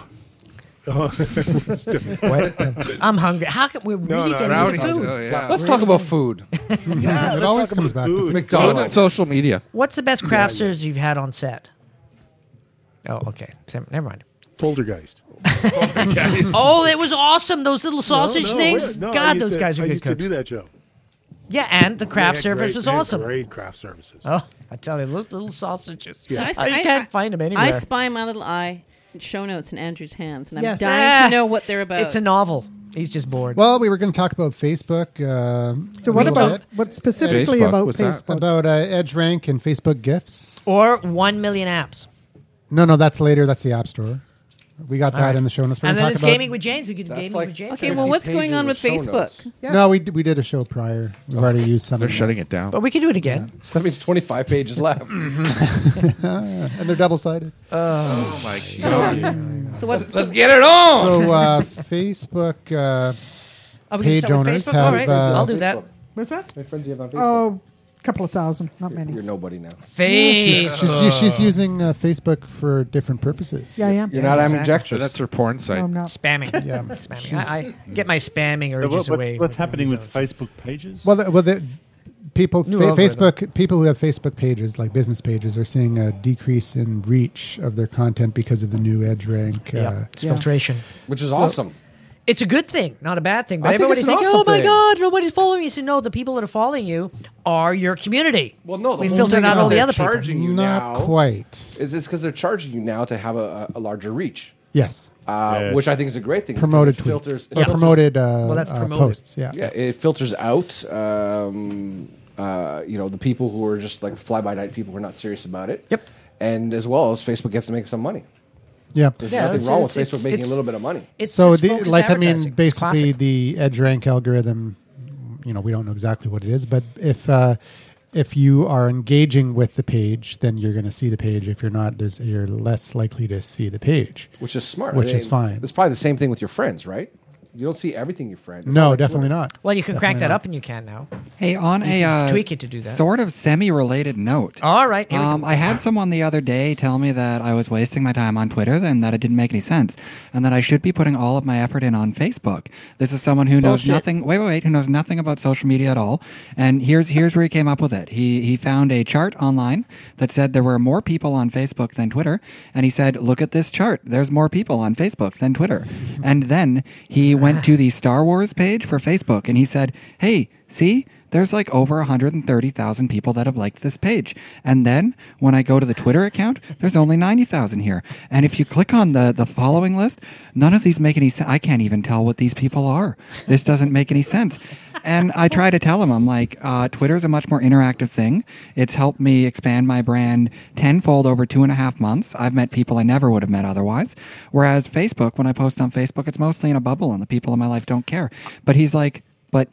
S2: What? I'm hungry. How can we really
S8: no,
S2: get
S8: no,
S2: into
S8: no,
S2: food?
S8: no, yeah. Let's talk about food.
S1: it always comes back to food.
S8: McDonald's. Social media.
S2: What's the best craft service you've had on set? Oh, okay. Sam- Never mind.
S5: Poltergeist.
S2: Oh, it was awesome. Those little sausage
S5: No, no,
S2: things.
S5: wait, no, I
S2: God,
S5: used
S2: those
S5: to-
S2: guys are
S5: I
S2: good
S5: used
S2: cooks.
S5: to do that show.
S2: Yeah, and the craft
S5: They had
S2: service
S5: great-
S2: was
S5: they had
S2: awesome.
S5: Great craft services.
S2: Oh, I tell you, those little sausages.
S5: Yeah.
S2: I,
S5: Nice.
S3: I-
S2: can't
S3: I-
S2: find them anywhere.
S3: I spy my little eye. Show notes in Andrew's hands, and I'm
S2: Yes.
S3: dying
S2: Ah.
S3: to know what they're about.
S2: It's a novel. He's just bored.
S1: Well, we were going to talk about Facebook. Um,
S6: So what
S1: a little
S6: about
S1: bit.
S6: what specifically
S1: Facebook,
S6: about
S1: what's that?
S6: Facebook?
S1: About uh, Edge Rank and Facebook gifts.
S2: or one million apps.
S1: No, no, that's later. That's the App Store. We got that
S2: All right.
S1: in the show notes. We're
S2: And
S1: gonna
S2: then
S1: talk
S2: it's
S1: about-
S2: gaming with James. We could do
S8: That's
S2: gaming
S8: like
S2: with James.
S3: okay, well, what's going on with Facebook?
S1: No, we, d- we did a show prior. We've already used some.
S8: Oh, They're
S1: of them.
S8: shutting it down.
S2: But we could do it again.
S8: So that means 25 pages left.
S2: Mm-hmm.
S1: and they're double sided.
S8: Oh, my God.
S3: So what?
S8: Let's get it on.
S1: So uh, Facebook uh,
S2: Oh, we can
S1: page
S2: start with
S1: owners
S2: Facebook?
S1: have.
S2: All right,
S1: uh,
S2: I'll do that.
S6: What's that?
S13: My friends you have on Facebook.
S6: Oh, a couple of thousand, not many.
S13: You're nobody now.
S1: She's, she's, she's- she's using uh, Facebook for different purposes.
S6: Yeah, I am.
S8: You're not
S2: Exactly. Oh,
S8: ambidextrous. That's her porn site.
S6: No, I'm not.
S2: Spamming.
S1: Yeah.
S2: spamming. I, I get my spamming
S9: So
S2: urges
S9: what-
S2: away.
S9: what's, what's
S2: from
S9: happening with
S2: myself.
S9: Facebook pages?
S1: Well, the, well, the people
S2: New
S1: fa-
S2: algorithm.
S1: Facebook people who have Facebook pages like business pages are seeing a decrease in reach of their content because of the new Edge Rank.
S2: Yeah,
S1: Uh,
S2: it's filtration.
S8: Which is awesome.
S2: It's a good thing, not a bad thing. But
S8: I think
S2: everybody
S8: it's an
S2: thinks,
S8: awesome
S2: "Oh my
S8: thing."
S2: God, nobody's following you." So no, the people that are following you are your community.
S8: Well, no, the
S2: we
S8: whole
S2: filtered
S8: thing
S2: out
S8: is
S2: all
S8: they're
S2: the other people.
S8: charging you
S1: Not
S8: now.
S1: quite.
S8: It's because they're charging you now to have a, a a larger reach,
S1: Yes.
S8: uh,
S9: Yes.
S8: which I think is a great thing. because
S1: Promoted
S8: it
S1: tweets.
S8: filters, it
S1: Or promoted, uh,
S2: Well, that's
S1: uh,
S2: promoted.
S1: posts. Yeah.
S8: Yeah, it filters out, um, uh, you know, the people who are just like fly by night people who are not serious about it.
S2: Yep.
S8: And as well as Facebook gets to make some money.
S1: Yeah.
S8: There's
S2: Yeah,
S8: nothing
S2: it's-
S8: wrong
S2: it's-
S8: with
S2: it's-
S8: Facebook making a
S2: it's-
S8: little bit of money.
S2: It's
S1: so
S2: just
S1: the
S2: focused
S1: like I
S2: advertising.
S1: mean,
S2: It's
S1: basically
S2: classic.
S1: the edge rank algorithm. You know, we don't know exactly what it is, but if uh, if you are engaging with the page, then you're going to see the page. If you're not, there's you're less likely to see the page.
S8: Which is smart.
S1: Which
S8: I
S1: is
S8: mean,
S1: fine.
S8: It's probably the same thing with your friends, right? You don't see everything your friends.
S1: No, definitely not.
S2: Well, you can crack
S1: Definitely
S2: that
S1: not.
S2: up, and you can now.
S10: Hey, on
S2: You
S10: a
S2: can
S10: uh,
S2: tweak it to do that.
S10: sort of semi-related note.
S2: All right. here we go.
S10: Um, I had someone the other day tell me that I was wasting my time on Twitter and that it didn't make any sense, and that I should be putting all of my effort in on Facebook. This is someone who knows
S8: Bullshit.
S10: nothing. Wait, wait, wait. Who knows nothing about social media at all? And here's here's where he came up with it. He he found a chart online that said there were more people on Facebook than Twitter, and he said, "Look at this chart. There's more people on Facebook than Twitter." and then he went to the Star Wars page for Facebook, and he said, "Hey, see." there's like over 130,000 people that have liked this page. And then when I go to the Twitter account, there's only 90,000 here. And if you click on the, the following list, none of these make any sense. I can't even tell what these people are. This doesn't make any sense. And I try to tell them, I'm like, uh, Twitter's a much more interactive thing. It's helped me expand my brand tenfold over two and a half months. I've met people I never would have met otherwise. Whereas Facebook, when I post on Facebook, it's mostly in a bubble and the people in my life don't care. But he's like, but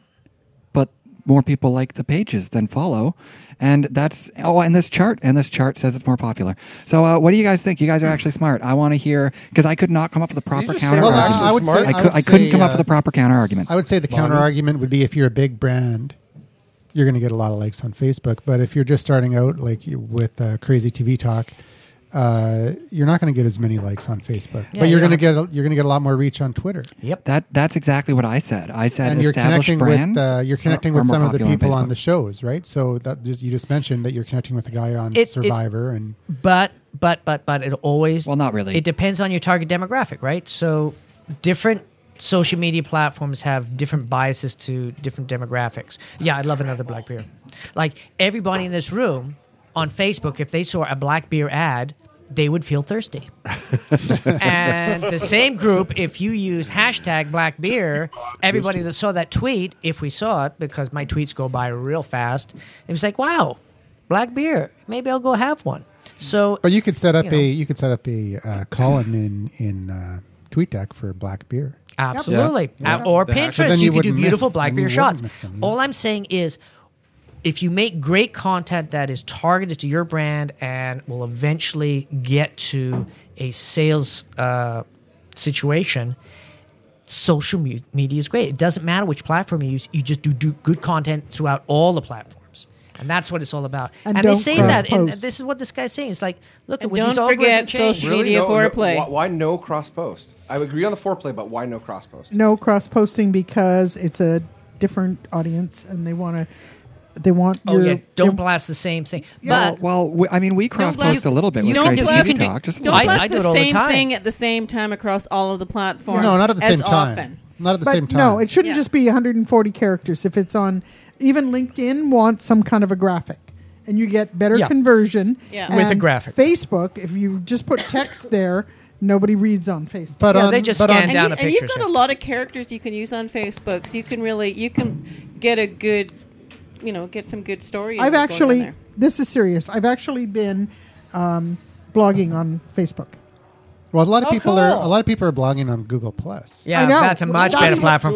S10: but more people like the pages than follow. And that's, oh, and this chart, and this chart says it's more popular. So uh, what do you guys think? You guys are actually smart. I want to hear, because I could not come up with a proper
S1: just say
S10: counter
S1: we're
S10: argument.
S1: actually smart?
S10: I,
S1: I
S10: could,
S1: would
S10: I couldn't
S1: say,
S10: come up
S1: uh,
S10: with a proper counter argument.
S1: I would say the
S10: Bonnie?
S1: counter argument would be if you're a big brand, you're going to get a lot of likes on Facebook. But if you're just starting out, like you- with uh, Crazy TV Talk, uh, you're not going to get as many likes on Facebook.
S10: Yeah,
S1: but
S10: you
S1: you're going to
S10: don't-
S1: get a, you're going to get a lot more reach on Twitter.
S2: Yep.
S10: That that's exactly what I said. I said
S1: and you're
S10: established
S1: connecting
S10: brands.
S1: with uh, you're
S10: are-
S1: connecting
S10: are
S1: with
S10: more
S1: some of the
S10: popular
S1: people
S10: on
S1: on the shows, right? So that just, you just mentioned that you're connecting with the guy on
S2: It- it-
S1: Survivor and
S2: But but but but it always
S10: well not really.
S2: It depends on your target demographic, right? So different social media platforms have different biases to different demographics. Yeah, I'd love another black beer. Like everybody in this room on Facebook, if they saw a black beer ad, they would feel thirsty. and the same group, if you use hashtag black beer, everybody that saw that tweet, if we saw it, because my tweets go by real fast, it was like, wow, black beer. Maybe I'll go have one. So,
S1: but you could set up
S2: you know.
S1: a you could set up a uh, column in in uh, TweetDeck for black beer.
S2: Absolutely.
S1: Yeah.
S2: Uh, or
S1: Yeah. So
S2: Pinterest.
S1: then
S2: You, can
S1: you
S2: do
S1: wouldn't
S2: beautiful
S1: miss-
S2: black
S1: then
S2: beer
S1: you wouldn't
S2: shots.
S1: miss them,
S2: All I'm saying is if you make great content that is targeted to your brand and will eventually get to a sales uh, situation, social me- media is great. It doesn't matter which platform you use, you just do, do good content throughout all the platforms. And that's what it's all about.
S3: And
S2: And, they
S3: don't
S2: say that, and
S3: cross-post.
S2: this is what this guy's saying. It's like, look,
S3: And
S2: when these
S3: don't
S2: algorithms
S3: forget
S2: change-
S3: social Really? media
S8: no,
S3: foreplay.
S8: No, why, why no cross post? I agree on the foreplay, but why no cross post?
S6: No cross posting because it's a different audience and they want to. They want.
S2: Oh
S6: your,
S2: yeah, don't
S6: your-
S2: blast the same thing.
S10: Well,
S2: But
S10: well, we, I mean, we cross post a little bit with Crazy TV Talk. Just a
S3: don't
S10: little
S3: blast
S10: bit.
S3: the same thing at the same time across all of the platforms.
S6: No, not at the
S3: as
S6: same time.
S3: Often.
S1: Not at the
S6: but
S1: same time.
S6: No, it shouldn't just be 140 characters. If it's on, even LinkedIn wants some kind of a graphic, and you get better
S2: Yeah.
S6: conversion
S2: Yeah. With a
S6: And
S2: graphic.
S6: Facebook, if you just put text there, nobody reads on Facebook.
S1: But
S2: Yeah, on- they just but scan on- down
S3: and,
S2: a
S3: you, and
S2: picture,
S3: you've got
S2: so-
S3: a lot of characters you can use on Facebook, so you can really you can get a good, you know, get some good story.
S6: I've
S3: going on
S6: actually,
S3: there.
S6: this is serious. I've actually been um, blogging on Facebook.
S1: Well, a lot of
S6: Oh,
S1: people are
S6: cool.
S1: a lot of people are blogging on Google Plus.
S6: I know. That's-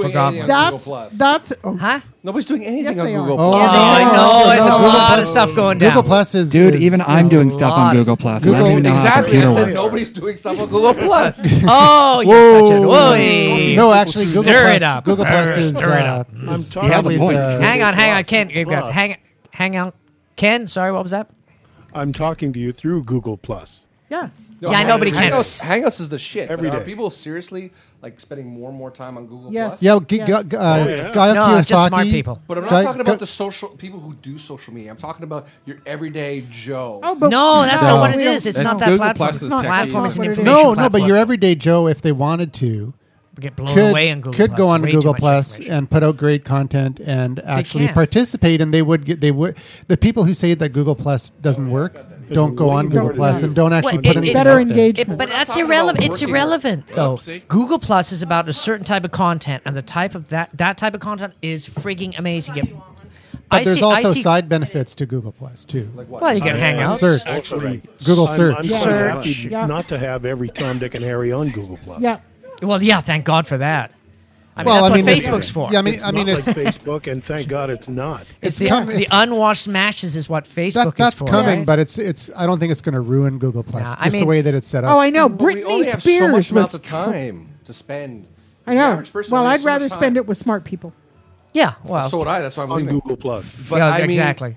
S6: That's that's oh.
S2: huh?
S8: Nobody's doing anything
S6: Yes, they
S8: on
S6: are.
S8: Google
S1: Oh,
S8: Plus.
S1: no, I know. no, There's a Google lot of Plus- stuff going Google down. Plus is-
S10: dude.
S1: is-
S10: even
S1: is
S10: I'm doing
S1: a
S10: stuff on
S1: lot.
S10: Google Plus. and I don't
S1: Google-
S10: even know how a
S8: exactly. I
S10: computer
S8: said
S10: works.
S8: nobody's doing stuff on Google Plus.
S2: Oh, you're such a Oi.
S1: No, actually, Google
S2: Stir
S1: Plus,
S2: it up.
S1: Google Plus
S2: Stir
S1: is,
S2: it up.
S1: Uh, is
S2: He has a
S1: probably
S2: point.
S1: the-
S2: hang on, hang on, Ken.
S5: Plus.
S2: Plus. Hang, hang on, Ken. Sorry, what was that?
S5: I'm talking to you through Google Plus.
S6: Yeah.
S8: No,
S2: yeah, I know, but he can't.
S8: Hangouts, Hangouts is the shit.
S5: Every
S8: Every day. Are
S5: day.
S8: people seriously like spending more and more time on Google
S6: Yes.
S8: Plus?
S1: Yeah, g-
S5: Oh,
S1: g- uh, Guy
S2: No, it's just smart
S1: Kiyosaki-
S2: people.
S8: But I'm not
S1: Guy-
S8: talking about
S1: Guy-
S8: the social people who do social media. I'm talking about your everyday Joe.
S6: Oh, but
S2: No, that's
S1: No.
S2: not what it
S1: We
S2: is. It's
S4: don't-
S2: not
S4: No.
S2: that
S4: Google
S2: platform.
S4: Plus
S2: it's
S4: is
S2: not
S4: tech
S2: platform.
S4: easy.
S2: It's
S4: No, no,
S2: an information
S1: No, no, but
S2: platform.
S1: your everyday Joe, if they wanted to,
S2: get blown
S1: could,
S2: away in Google.
S1: could
S2: Plus.
S1: go on
S2: Way too
S1: Google
S2: much
S1: Plus
S2: information.
S1: and put out great content and actually
S2: can.
S1: participate, and they would get they would the people who say that Google Plus doesn't work don't go on Google Plus and don't actually
S2: Well,
S1: put
S2: it-
S1: anything
S2: it-
S1: out there.
S2: it- but that's irrelevant. It's irrelevant, though. Google Plus is about a certain type of content, and the type of that that type of content is frigging amazing. It-
S1: But
S2: I
S1: there's
S2: see- I
S1: also
S2: see-
S1: side benefits to Google Plus too. Like
S2: what? Well, you get Hangouts.
S1: Search.
S5: Actually,
S1: Google
S5: I'm-
S1: search.
S5: I'm quite happy
S2: Search.
S6: Yeah.
S5: not to have every Tom, Dick, and Harry on Google Plus.
S6: Yeah.
S2: Well, yeah. Thank God for that. I mean,
S1: Well,
S2: that's
S1: I mean,
S2: what
S1: it's-
S2: Facebook's for.
S1: yeah, I mean- I
S5: Not
S1: mean,
S5: like
S1: it's-
S5: Facebook, and thank God it's not.
S2: It's,
S1: It's
S2: the,
S1: come-
S2: it's
S1: it's-
S2: the unwashed mashes is what
S1: That,
S2: Facebook is
S1: that's
S2: for.
S1: coming,
S2: right?
S1: but it's it's. I don't think it's going to ruin Google Plus.
S2: Nah,
S1: just
S2: I mean-
S1: the way that it's set up.
S6: Oh, I know.
S8: But we
S6: Britney
S8: only have so
S6: Spears
S8: much
S6: was.
S8: amount of time to spend.
S6: I
S8: The
S6: know.
S8: average person
S6: Well,
S8: only has
S6: I'd
S8: so much
S6: rather
S8: time.
S6: spend it with smart people.
S2: yeah, well,
S8: so would I. That's why I'm
S5: on
S8: leaving.
S5: Google Plus.
S8: But
S2: yeah,
S8: I mean-
S2: exactly.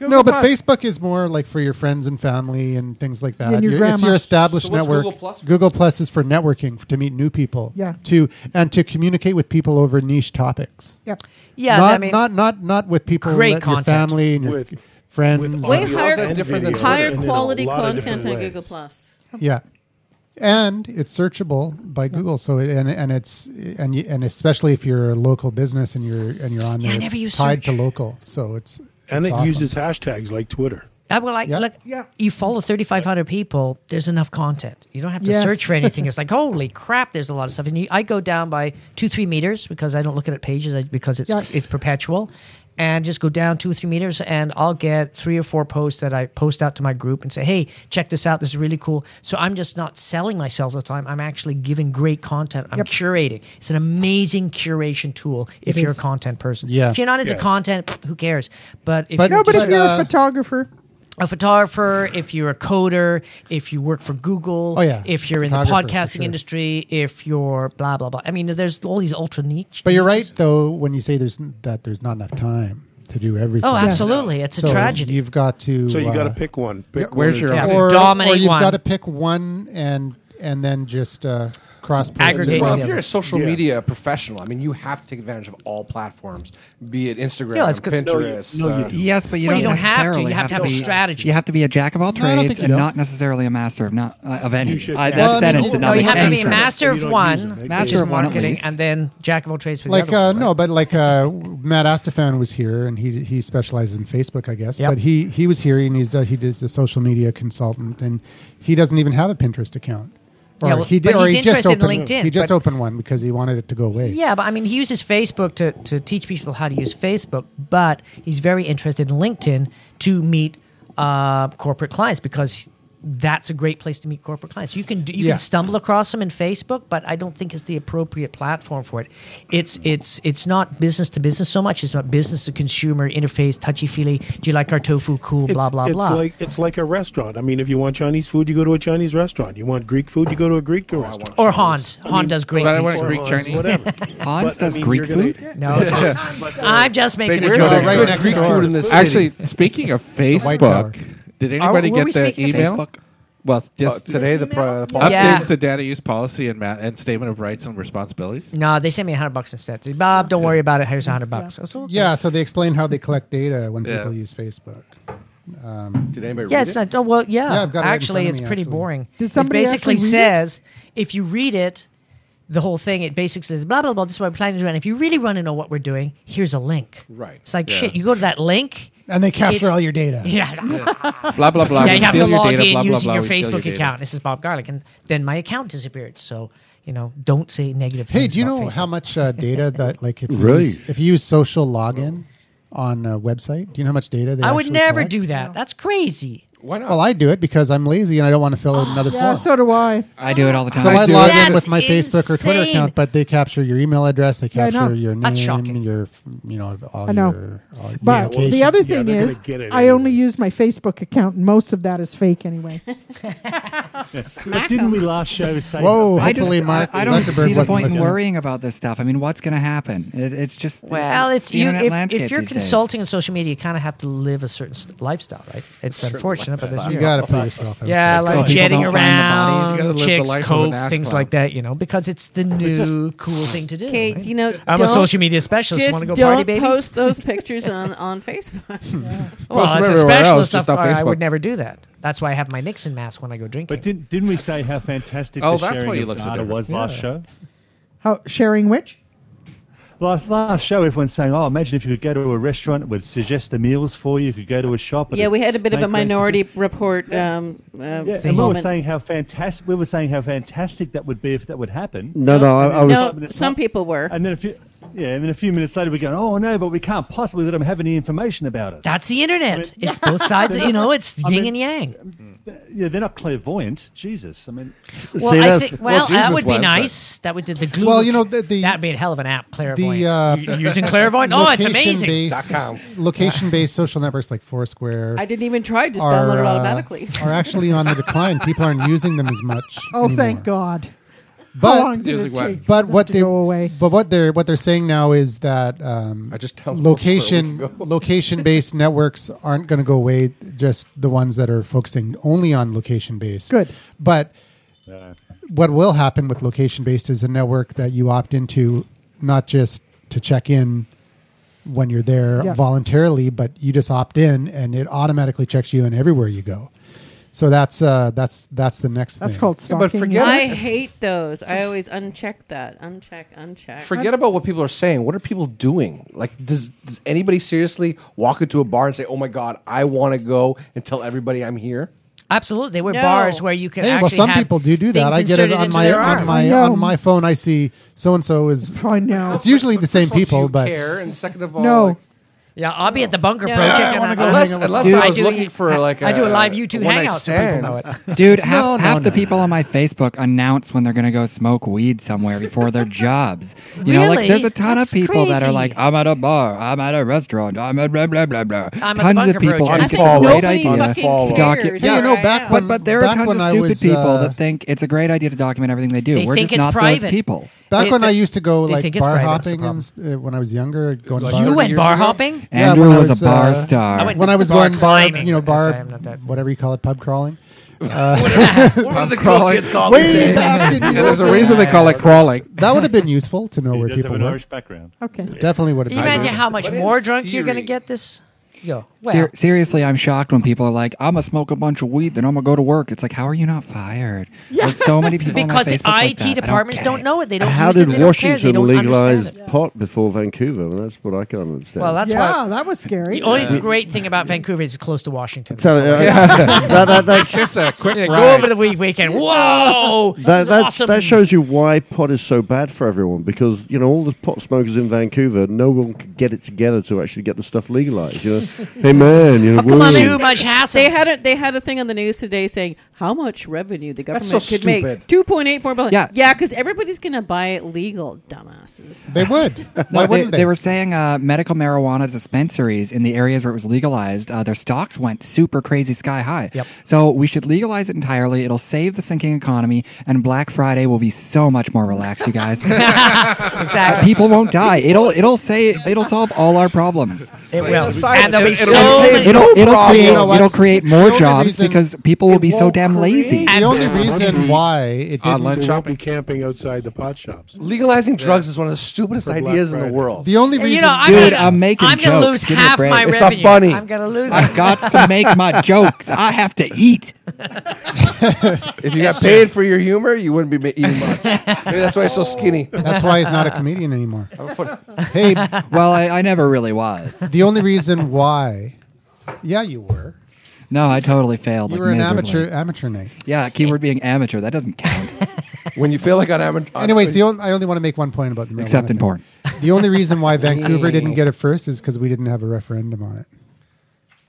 S1: no, but Facebook is more like for your friends and family and things like that.
S6: And your
S1: Your- it's
S6: grandma.
S1: your established
S8: So what's
S1: network.
S8: Google Plus for?
S1: Google Plus is for networking, to meet new people.
S6: Yeah.
S1: To and to communicate with people over niche topics.
S6: Yep.
S2: Yeah,
S1: Not
S2: I mean,
S1: not not not with people
S2: Great
S1: that
S2: content.
S1: your family and your
S5: With-
S1: friends.
S5: with
S3: Way
S5: audio
S3: higher,
S5: and
S8: different than
S5: video
S3: higher
S5: and in a
S3: quality
S5: lot of different
S3: content on
S5: ways.
S3: Google Plus.
S1: Yeah, and it's searchable by Google. So it, and and it's and you, and especially if you're a local business and you're and you're on
S2: Yeah, I
S1: there,
S2: never
S1: it's
S2: use
S1: tied
S2: search.
S1: to local. So it's
S5: And
S1: it's
S5: it
S1: awesome.
S5: uses hashtags like Twitter.
S2: I Uh, well, like, look, you follow 3,500 people, there's enough content. You don't have to
S13: Yes.
S2: search for anything. It's like, holy crap, there's a lot of stuff. And you, I go down by two, three meters because I don't look at it pages I, because it's,
S13: Yeah.
S2: it's perpetual. And just go down two or three meters, and I'll get three or four posts that I post out to my group and say, hey, check this out. This is really cool. So I'm just not selling myself all the time. I'm actually giving great content. I'm curating. It's an amazing curation tool if
S6: It
S2: you're
S6: is.
S2: a content person.
S1: Yeah.
S2: If you're not into
S1: Yes.
S2: content, who cares? But if
S6: But-
S2: you're
S6: No, but
S2: just- uh,
S6: if you're a photographer,
S2: a photographer, if you're a coder, if you work for Google,
S1: Oh, yeah.
S2: if you're in the
S1: Photographer, for
S2: podcasting
S1: sure.
S2: industry, if you're blah blah blah. I mean, there's all these ultra niche.
S1: But you're right
S2: niches.
S1: though when you say there's n- that there's not enough time to do everything.
S2: Oh, absolutely. It's a
S1: So
S2: tragedy.
S1: You've got to.
S5: So you got to
S1: uh,
S5: pick one. Pick
S1: Where's
S5: one
S1: your
S5: or two.
S1: or,
S2: Dominate
S1: or you've
S2: one.
S1: got to pick one and and then just uh, cross post it.
S8: Well, if you're a social media professional, I mean, you have to take advantage of all platforms, be it Instagram,
S2: Yeah, that's 'cause- No, you-
S8: Pinterest.
S2: no, you
S8: uh,
S2: do.
S10: Yes, but you
S2: Well,
S10: don't,
S2: you don't have to.
S10: necessarily
S2: You have to have a
S10: be-
S2: strategy.
S10: You have to be a jack of all
S2: No, I don't
S10: trades
S2: think you
S10: and
S2: don't.
S10: not necessarily a master of not uh, of any. I, that
S1: Well, I mean,
S10: sentence
S1: you-
S10: did not
S1: no,
S2: you
S10: make
S2: have to
S10: any
S2: be a
S10: sense.
S2: master of one, which is
S10: Master of one, at
S2: marketing,
S10: least.
S2: and then jack of all trades for the
S1: like
S2: other
S1: uh,
S2: one,
S1: no, but like uh, Matt Astafan was here, and he he specializes in Facebook, I guess. But he he was here, and he's uh, he is a social media consultant, and he doesn't even have a Pinterest account. Or
S2: Yeah, well,
S1: he did,
S2: but
S1: or
S2: he's
S1: he just
S2: interested in
S1: opened,
S2: LinkedIn,
S1: He just
S2: but-
S1: opened one because he wanted it to go away.
S2: Yeah, but I mean, he uses Facebook to, to teach people how to use Facebook, but he's very interested in LinkedIn to meet uh, corporate clients because that's a great place to meet corporate clients. You can do, you
S13: Yeah.
S2: can stumble across them in Facebook, but I don't think it's the appropriate platform for it. It's it's it's not business to business so much. It's not business to consumer interface, touchy feely. Do you like our tofu? Cool. blah
S5: It's-
S2: blah
S5: it's
S2: blah.
S5: Like, it's like a restaurant. I mean, if you want Chinese food, you go to a Chinese restaurant. You want Greek food, you go to a Greek restaurant.
S2: or Hans.
S5: I
S2: Hans
S5: mean,
S2: does great.
S5: But I
S2: food.
S5: want Greek Or Hans, Chinese. whatever.
S10: Hans
S5: But, I
S10: does
S5: mean,
S10: Greek
S5: you're gonna- uh,
S10: food.
S2: No, just- I'm just making a
S4: Where's
S2: joke.
S4: the good Greek food in this
S2: Actually,
S4: city? speaking of
S2: White Tower.
S4: Facebook, did anybody
S2: Are-
S4: get
S2: were we
S4: that
S2: speaking of
S4: email?
S2: Facebook?
S4: Well, just
S8: Uh, today the pro- the
S4: updates
S8: policy-
S4: to data use policy and, ma- and statement of rights and responsibilities.
S2: No, they sent me a hundred bucks instead. Said, Bob, don't worry about it. Here's a hundred bucks. I was, "Okay."
S1: Yeah, so they explain how they collect data when
S4: Yeah.
S1: people use Facebook. Um,
S8: Did anybody
S2: Yeah, it's not. Oh, well, yeah.
S1: Yeah, I've got it right in
S2: actually,
S1: front of
S2: it's
S1: me,
S2: pretty
S1: actually.
S2: boring.
S1: Did somebody
S2: it basically
S1: actually read it?
S2: says if you read it, the whole thing. It basically says blah blah blah. This is what we're planning to do. And if you really want to know what we're doing, here's a link. Right. It's like
S1: Yeah.
S2: shit. You go to that link,
S1: And they capture
S2: it's-
S1: all your data.
S2: Yeah.
S4: Blah, blah, blah.
S2: Yeah,
S4: We
S2: you have
S4: steal
S2: to
S4: your
S2: log
S4: data,
S2: in
S4: blah, blah,
S2: using
S4: blah.
S2: your
S4: We steal
S2: Facebook
S4: your data.
S2: account. This is Bob Garlic, and then my account disappeared. So you know, don't say negative.
S1: Hey,
S2: things
S1: do you
S2: about
S1: know
S2: Facebook.
S1: how much uh, data that like if you
S7: Really?
S1: use, if you use social login on a website? Do you know how much data they?
S2: I would
S1: actually
S2: never
S1: collect?
S2: do that. That's crazy.
S8: Why not?
S1: Well, I do it because I'm lazy and I don't want to fill out another
S6: yeah,
S1: form.
S6: so do I.
S10: I do it all the time.
S1: So I,
S10: do
S1: log
S10: it.
S1: in with my
S6: That's
S1: Facebook or Twitter
S6: insane.
S1: account, but they capture your email address, they
S6: Yeah, I
S1: capture
S6: know.
S1: your
S6: That's
S1: name, your you know all
S6: I know.
S1: your.
S3: uh,
S1: All your
S6: But
S1: location.
S6: the other thing is, I only use my Facebook account, and most of that is fake anyway.
S9: But didn't we last show say?
S1: Whoa,
S9: that?
S10: I just, I, I don't see the point in worrying about this stuff. I mean, what's going to happen? It, it's just
S2: Well, it's
S10: the
S2: you.
S10: internet
S2: If,
S10: landscape
S2: if you're
S10: these days.
S2: consulting on social media, you kind of have to live a certain st- lifestyle, right? It's
S1: Certain
S2: unfortunate, but
S1: lifestyle.
S2: that's
S1: You gotta put yourself out
S2: Yeah,
S1: there. Some
S2: like
S1: people
S2: jetting
S1: don't find the bodies. You
S2: around,
S1: gotta live the
S2: chicks,
S1: life of an
S2: coke,
S1: ass
S2: things
S1: clown.
S2: like that. You know, because it's the new cool thing to do.
S3: Okay,
S2: right?
S3: you know,
S2: I'm a
S3: don't-
S2: social media specialist.
S3: Just
S2: Want to go
S3: don't
S2: party, baby?
S3: post those pictures on on Facebook.
S2: Well,
S9: Post them
S2: as a
S9: everywhere
S2: specialist,
S9: else,
S2: stuff,
S9: just on
S2: I would
S9: Facebook.
S2: never do that. That's why I have my Nixon mask when I go drinking.
S9: But didn't didn't we say how fantastic
S4: Oh,
S9: the
S4: that's why
S9: sharing
S4: you
S9: of
S4: look so
S9: data
S4: different.
S9: was last
S4: Yeah.
S9: show?
S6: How sharing which?
S9: Last last show, everyone's saying, "Oh, imagine if you could go to a restaurant it would suggest the meals for you. You could go to a shop." and
S3: yeah,
S9: it'd
S3: we had a bit of
S9: make
S3: a
S9: great
S3: minority report um, uh,
S9: Yeah,
S3: thing
S9: and we were
S3: moment.
S9: saying how fantastic we were saying how fantastic that would be if that would happen.
S7: No, no, I-
S9: And then
S7: I was-
S9: five
S7: No,
S9: minutes
S3: some
S9: la-
S3: people were.
S9: And then a few, yeah, and then a few minutes later we go, oh no, but we can't possibly let them have any information about us.
S2: That's the internet.
S9: mean-
S2: it's both sides. You know, it's
S9: I
S2: yin
S9: mean-
S2: and yang.
S9: yeah, they're not clairvoyant. Jesus, I mean,
S2: Well, I think, well, that would be nice. That would the glue.
S1: Well, you know, the- the-
S2: that'd be a hell of an app. Clairvoyant.
S1: The uh,
S2: You- using clairvoyant. Oh, it's amazing.
S1: Location-based, location-based social networks like Foursquare.
S3: I didn't even try to just
S1: are,
S3: download it
S1: uh,
S3: automatically.
S1: are actually on the decline. People aren't using them as much.
S6: Oh, thank God.
S1: But
S6: How long did it take?
S1: but what they but what they're what they're saying now is that um, I just
S8: tell folks where we
S1: location
S8: can go.
S1: location based networks aren't going to go away. Just the ones that are focusing only on location based. Good, but what will happen with location based is a network that you opt into not just to check in when you're there
S6: Yeah.
S1: voluntarily, but you just opt in and it automatically checks you in everywhere you go. So that's uh, that's that's the next.
S6: That's
S1: thing.
S6: called Yeah, but stalking, forget-
S3: I hate those. I always uncheck that. Uncheck, uncheck.
S8: Forget about what people are saying. What are people doing? Like, does does anybody seriously walk into a bar and say, "Oh my God, I want to go and tell everybody I'm here"?
S2: Absolutely, there were
S1: No.
S2: bars where you can.
S1: Hey, well,
S2: actually
S1: some
S2: have
S1: people do do
S2: things
S1: that. I get it
S2: inserted
S1: on
S2: into
S1: my
S2: their
S1: on
S2: arm.
S1: my
S6: No.
S1: on my phone. I see so and so is.
S6: I know.
S1: It's usually the same
S8: First of all, do
S1: people,
S8: you
S1: but
S8: care, and second of all,
S1: No.
S8: like,
S2: Yeah, I'll be at the bunker
S8: Yeah,
S2: project.
S8: I
S2: and
S8: wanna
S2: I-
S8: go Unless- hang out with unless them. I was looking for, like,
S2: I do a
S8: a-
S2: live YouTube
S8: one-night
S2: hangout. So people
S8: stand.
S2: know it.
S10: Dude, half, half the people on my Facebook announce when they're going to go smoke weed somewhere before their jobs. You know, like
S2: Really?
S10: there's a ton
S2: That's
S10: of people that
S2: crazy.
S10: are like, I'm at a bar, I'm at a restaurant, I'm at blah, blah, blah, blah.
S2: I'm at the
S10: Tons
S2: Bunker
S10: of people
S2: Project.
S10: think it's a
S2: Unfollow.
S10: great
S2: Nobody
S10: idea.
S2: fucking cares Yeah, you know, where I back am.
S10: but,
S2: when-
S10: but there are
S1: back
S10: tons
S1: when
S10: of
S1: I
S10: stupid
S1: was,
S10: people
S1: uh,
S10: that think it's a great idea to document everything they do.
S2: They
S10: We're
S2: think
S10: just
S2: it's
S10: not
S2: private.
S10: those people.
S1: Back
S2: They-
S1: when I
S2: they-
S1: used to go
S2: they
S1: like
S2: think it's
S1: bar
S2: private, that's the
S1: hopping
S2: problem.
S1: and, uh, when I was younger, going
S2: Like
S1: to bar
S2: you went bar hopping?
S10: Andrew
S1: when I uh,
S10: was a bar star. I went
S1: when I was
S10: bar
S1: going bar,
S10: climbing.
S1: you know, bar,
S10: Sorry, I'm not that-
S1: whatever you call it, pub crawling. Uh,
S10: Whatever- what do the cool kids call
S1: Way
S10: these days?
S1: back in
S10: Yeah,
S1: the
S10: there's a
S1: old
S10: reason they
S1: days.
S10: call it crawling.
S1: That would have been useful to know where
S9: does
S1: people
S9: have an
S1: were.
S9: Irish background.
S6: Okay,
S1: definitely would have.
S2: Can you
S1: been
S2: imagine
S1: good.
S2: how much more drunk you're going to get this? Yo, well,
S10: Ser- seriously, I'm shocked when people are like, "I'm gonna smoke a bunch of weed, then I'm gonna go to work." It's like, how are you not fired? There's so many people
S2: because
S10: on my
S2: the IT
S10: Facebook like that. I don't
S2: departments
S10: get
S2: don't,
S10: it.
S2: know it. They don't.
S7: How
S2: use it.
S7: did
S2: They don't care. They
S7: Washington
S2: don't
S7: legalize
S2: understand it.
S7: pot before Vancouver? And that's what I can't understand.
S2: Well, that's
S6: yeah,
S2: why.
S6: that was scary.
S2: The only
S7: Yeah.
S2: great thing about Vancouver is it's close to Washington.
S7: So,
S2: That's all.
S7: uh, that- that- that's- It's just a quick
S2: Yeah, Go
S7: ride.
S2: over the week weekend. Whoa,
S7: that,
S2: that,
S7: that,
S2: awesome.
S7: that shows you why pot is so bad for everyone because you know all the pot smokers in Vancouver, no one could get it together to actually get the stuff legalized. You know, hey man, you know,
S2: come on,
S7: whoa.
S2: too much hassle.
S3: They had a they had a thing on the news today saying how much revenue the government
S7: That's so
S3: could
S7: stupid.
S3: make two point eight four billion.
S10: Yeah.
S3: yeah, because everybody's gonna buy it legal, dumbasses.
S1: They would.
S10: No,
S1: Why
S10: they,
S1: wouldn't
S10: they?
S1: they?
S10: were saying uh, medical marijuana dispensaries in the areas where it was legalized, uh, their stocks went super crazy sky high.
S2: Yep.
S10: So we should legalize it entirely. It'll save the sinking economy, and Black Friday will be so much more relaxed, you guys. Uh,
S2: exactly.
S10: People won't die. It'll it'll say it'll solve all our problems.
S2: It will.
S8: Aside-
S2: And there'll be
S8: it-
S2: so
S8: it'll save
S2: many.
S10: It'll it'll
S8: problem.
S10: create
S8: You know what?
S10: it'll create more
S1: The only
S10: jobs
S1: reason-
S10: because people will be so damn lazy.
S1: The only reason why it
S10: Online
S1: didn't
S5: They won't be camping outside the pot shops.
S8: legalizing drugs is one of the stupidest
S5: For Black
S8: ideas in the
S5: Friday.
S8: world.
S1: The only reason,
S2: You know, I'm
S10: Dude,
S2: gonna,
S10: I'm making
S2: I'm gonna
S10: jokes.
S2: lose
S10: Give me a
S2: half
S10: break.
S2: my
S10: It's
S8: not
S2: revenue.
S8: funny.
S2: I'm gonna lose.
S10: I've got to make my jokes. I have to eat.
S8: if you got paid for your humor, you wouldn't be ma- eating much. Maybe that's why he's so
S2: Oh.
S8: skinny.
S1: that's why he's not a comedian anymore. hey,
S10: Well, I, I never really was.
S1: the only reason why, yeah, you were.
S10: No, I totally failed.
S1: You
S10: like,
S1: were an
S10: miserably.
S1: amateur amateur night.
S10: Yeah, keyword being amateur. That doesn't count.
S8: When you feel like an amateur,
S1: Anyways, the only, I only want to make one point about the marijuana
S10: Except in
S1: thing.
S10: porn.
S1: The only reason why Vancouver didn't get it first is because we didn't have a referendum on it.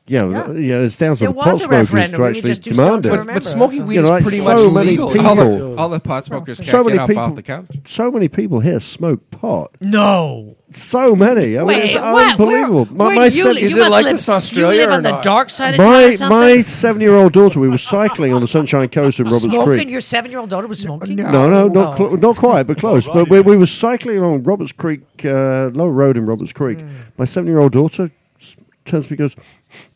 S7: Yeah, yeah, it's down to
S2: There
S7: the
S2: was
S7: pot
S2: a
S7: smokers
S2: referendum.
S7: to
S2: We
S7: actually
S2: just used
S7: demand
S2: to
S7: it.
S2: But- remember,
S8: but smoking
S2: that's
S8: weed
S7: you know,
S8: is
S7: it's
S8: pretty
S7: so
S8: much
S7: many
S8: legal.
S7: people.
S4: All the, all the pot smokers can't
S7: so many
S4: get up
S7: people,
S4: off the couch.
S7: so many people here smoke pot.
S2: No.
S7: So many. I mean,
S2: Wait,
S7: it's
S2: what?
S7: unbelievable.
S2: Where,
S7: my
S2: where
S7: my
S2: do you,
S7: seven-
S2: li- you
S8: is it
S2: must
S8: like
S2: live,
S8: this in Australia
S2: You live
S8: or
S2: on the
S8: not?
S2: dark side of town or
S7: my
S2: something?
S7: my seven year old daughter. We were cycling on the Sunshine Coast at Roberts
S2: smoking?
S7: Creek.
S2: Your seven-year-old daughter was smoking?
S7: No, no, not clo- not quite, but close. but we, we were cycling along Roberts Creek, uh, Lower Road in Roberts Creek.
S4: Hmm.
S7: My seven-year-old daughter s- turns to me and goes,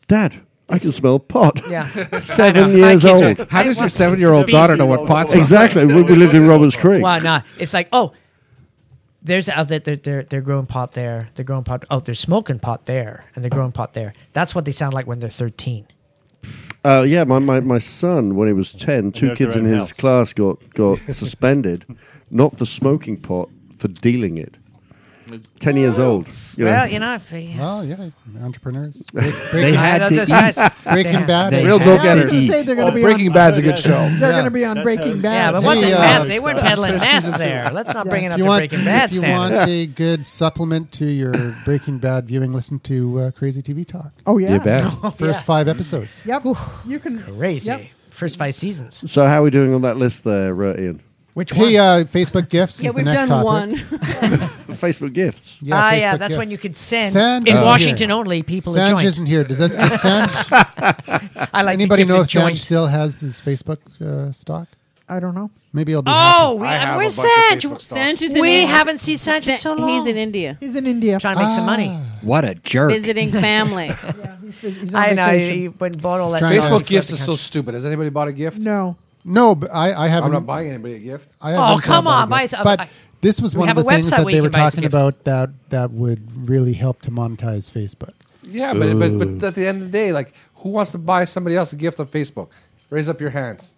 S7: "Dad, I can smell pot."
S2: Yeah. I
S7: Seven
S2: know. My
S7: years
S2: kids
S7: old.
S2: are-
S4: How does your seven-year-old
S2: Species.
S4: daughter know what pot's
S7: Exactly. we, we lived in Roberts Creek.
S2: Well, nah. It's like, oh, there's out there they're, they're they're growing pot there. They're growing pot. Oh, they're smoking pot there, and they're growing pot there. That's what they sound like when they're 13.
S7: Uh, yeah, my, my, my son, when he was 10,
S9: they're
S7: two
S9: at
S7: kids
S9: their
S7: in
S9: own
S7: his
S9: house.
S7: class got, got suspended, not for smoking pot, for dealing it. 10 years old. you know.
S2: Well, you know, if,
S1: Well, yeah, entrepreneurs.
S10: They had to
S2: those
S10: eat.
S2: guys. Breaking
S1: Breaking Bad.
S10: They
S8: Real
S10: had
S6: Yeah, I was
S8: go-getters.
S6: gonna
S10: to
S6: say
S10: eat.
S6: they're gonna be
S8: Breaking
S6: on,
S8: Bad's a good show.
S6: They're going to be on
S9: That's
S6: Breaking
S9: it.
S6: Bad.
S2: Yeah, but
S1: Hey,
S2: what's it
S1: uh,
S2: meth? They weren't
S9: stuff.
S2: peddling meth there. Let's not bring it up
S1: If you
S2: to
S1: want,
S2: Breaking Bad
S1: if you
S2: standards.
S1: want a good supplement to your Breaking Bad viewing, listen to uh, Crazy TV Talk.
S6: Oh yeah.
S1: First five episodes.
S6: Yep. You can.
S2: Crazy.
S6: Yep.
S2: First five seasons.
S7: So, how are we doing on that list there, uh, Ian?
S2: Which one?
S1: Hey, uh, Facebook gifts
S3: yeah,
S1: is the
S3: we've done
S1: next topic.
S3: one.
S7: Facebook gifts.
S1: Yeah,
S2: ah, yeah,
S1: Facebook
S2: that's
S1: gifts.
S2: when you could send,
S1: Send
S2: in
S1: is
S2: Washington
S1: here.
S2: only people a
S1: Sanj
S2: joint.
S1: isn't here. Does, that, does Sanj,
S2: I like
S1: anybody
S2: to
S1: know
S2: gift
S1: if
S2: a
S1: Sanj
S2: joint.
S1: still has his Facebook uh, stock?
S6: I don't know.
S1: Maybe it'll be. happy.
S2: Oh, we,
S8: I have
S2: where's
S8: a bunch of
S2: Sanj?
S8: Facebook stalks.
S3: Sanchez in
S2: We
S3: India.
S2: haven't seen Sanj in so long.
S3: He's in India
S6: He's in India.
S2: trying to make some money.
S1: Ah.
S10: What a jerk!
S3: visiting family.
S6: He's, he's on
S2: I know
S6: vacation.
S2: he went and bought all that.
S1: Trying
S2: stuff.
S1: to-
S8: Facebook gifts is so stupid. Has anybody bought a gift?
S6: No.
S1: No, Oh, but I, I haven't.
S8: I'm not buying anybody a gift.
S1: I
S2: Oh,
S1: haven't
S2: come
S1: thought
S2: on,
S1: about
S2: buy
S1: it.
S2: some-
S1: But
S2: I-
S1: this was
S2: We
S1: one of
S2: have
S1: the
S2: a
S1: things
S2: website
S1: that
S2: where
S1: they
S2: you
S1: were
S2: can buy us a
S1: talking
S2: gift.
S1: about that that would really help to monetize Facebook.
S8: Yeah, but, but but at the end of the day, like, who wants to buy somebody else a gift on Facebook? Raise up your hands.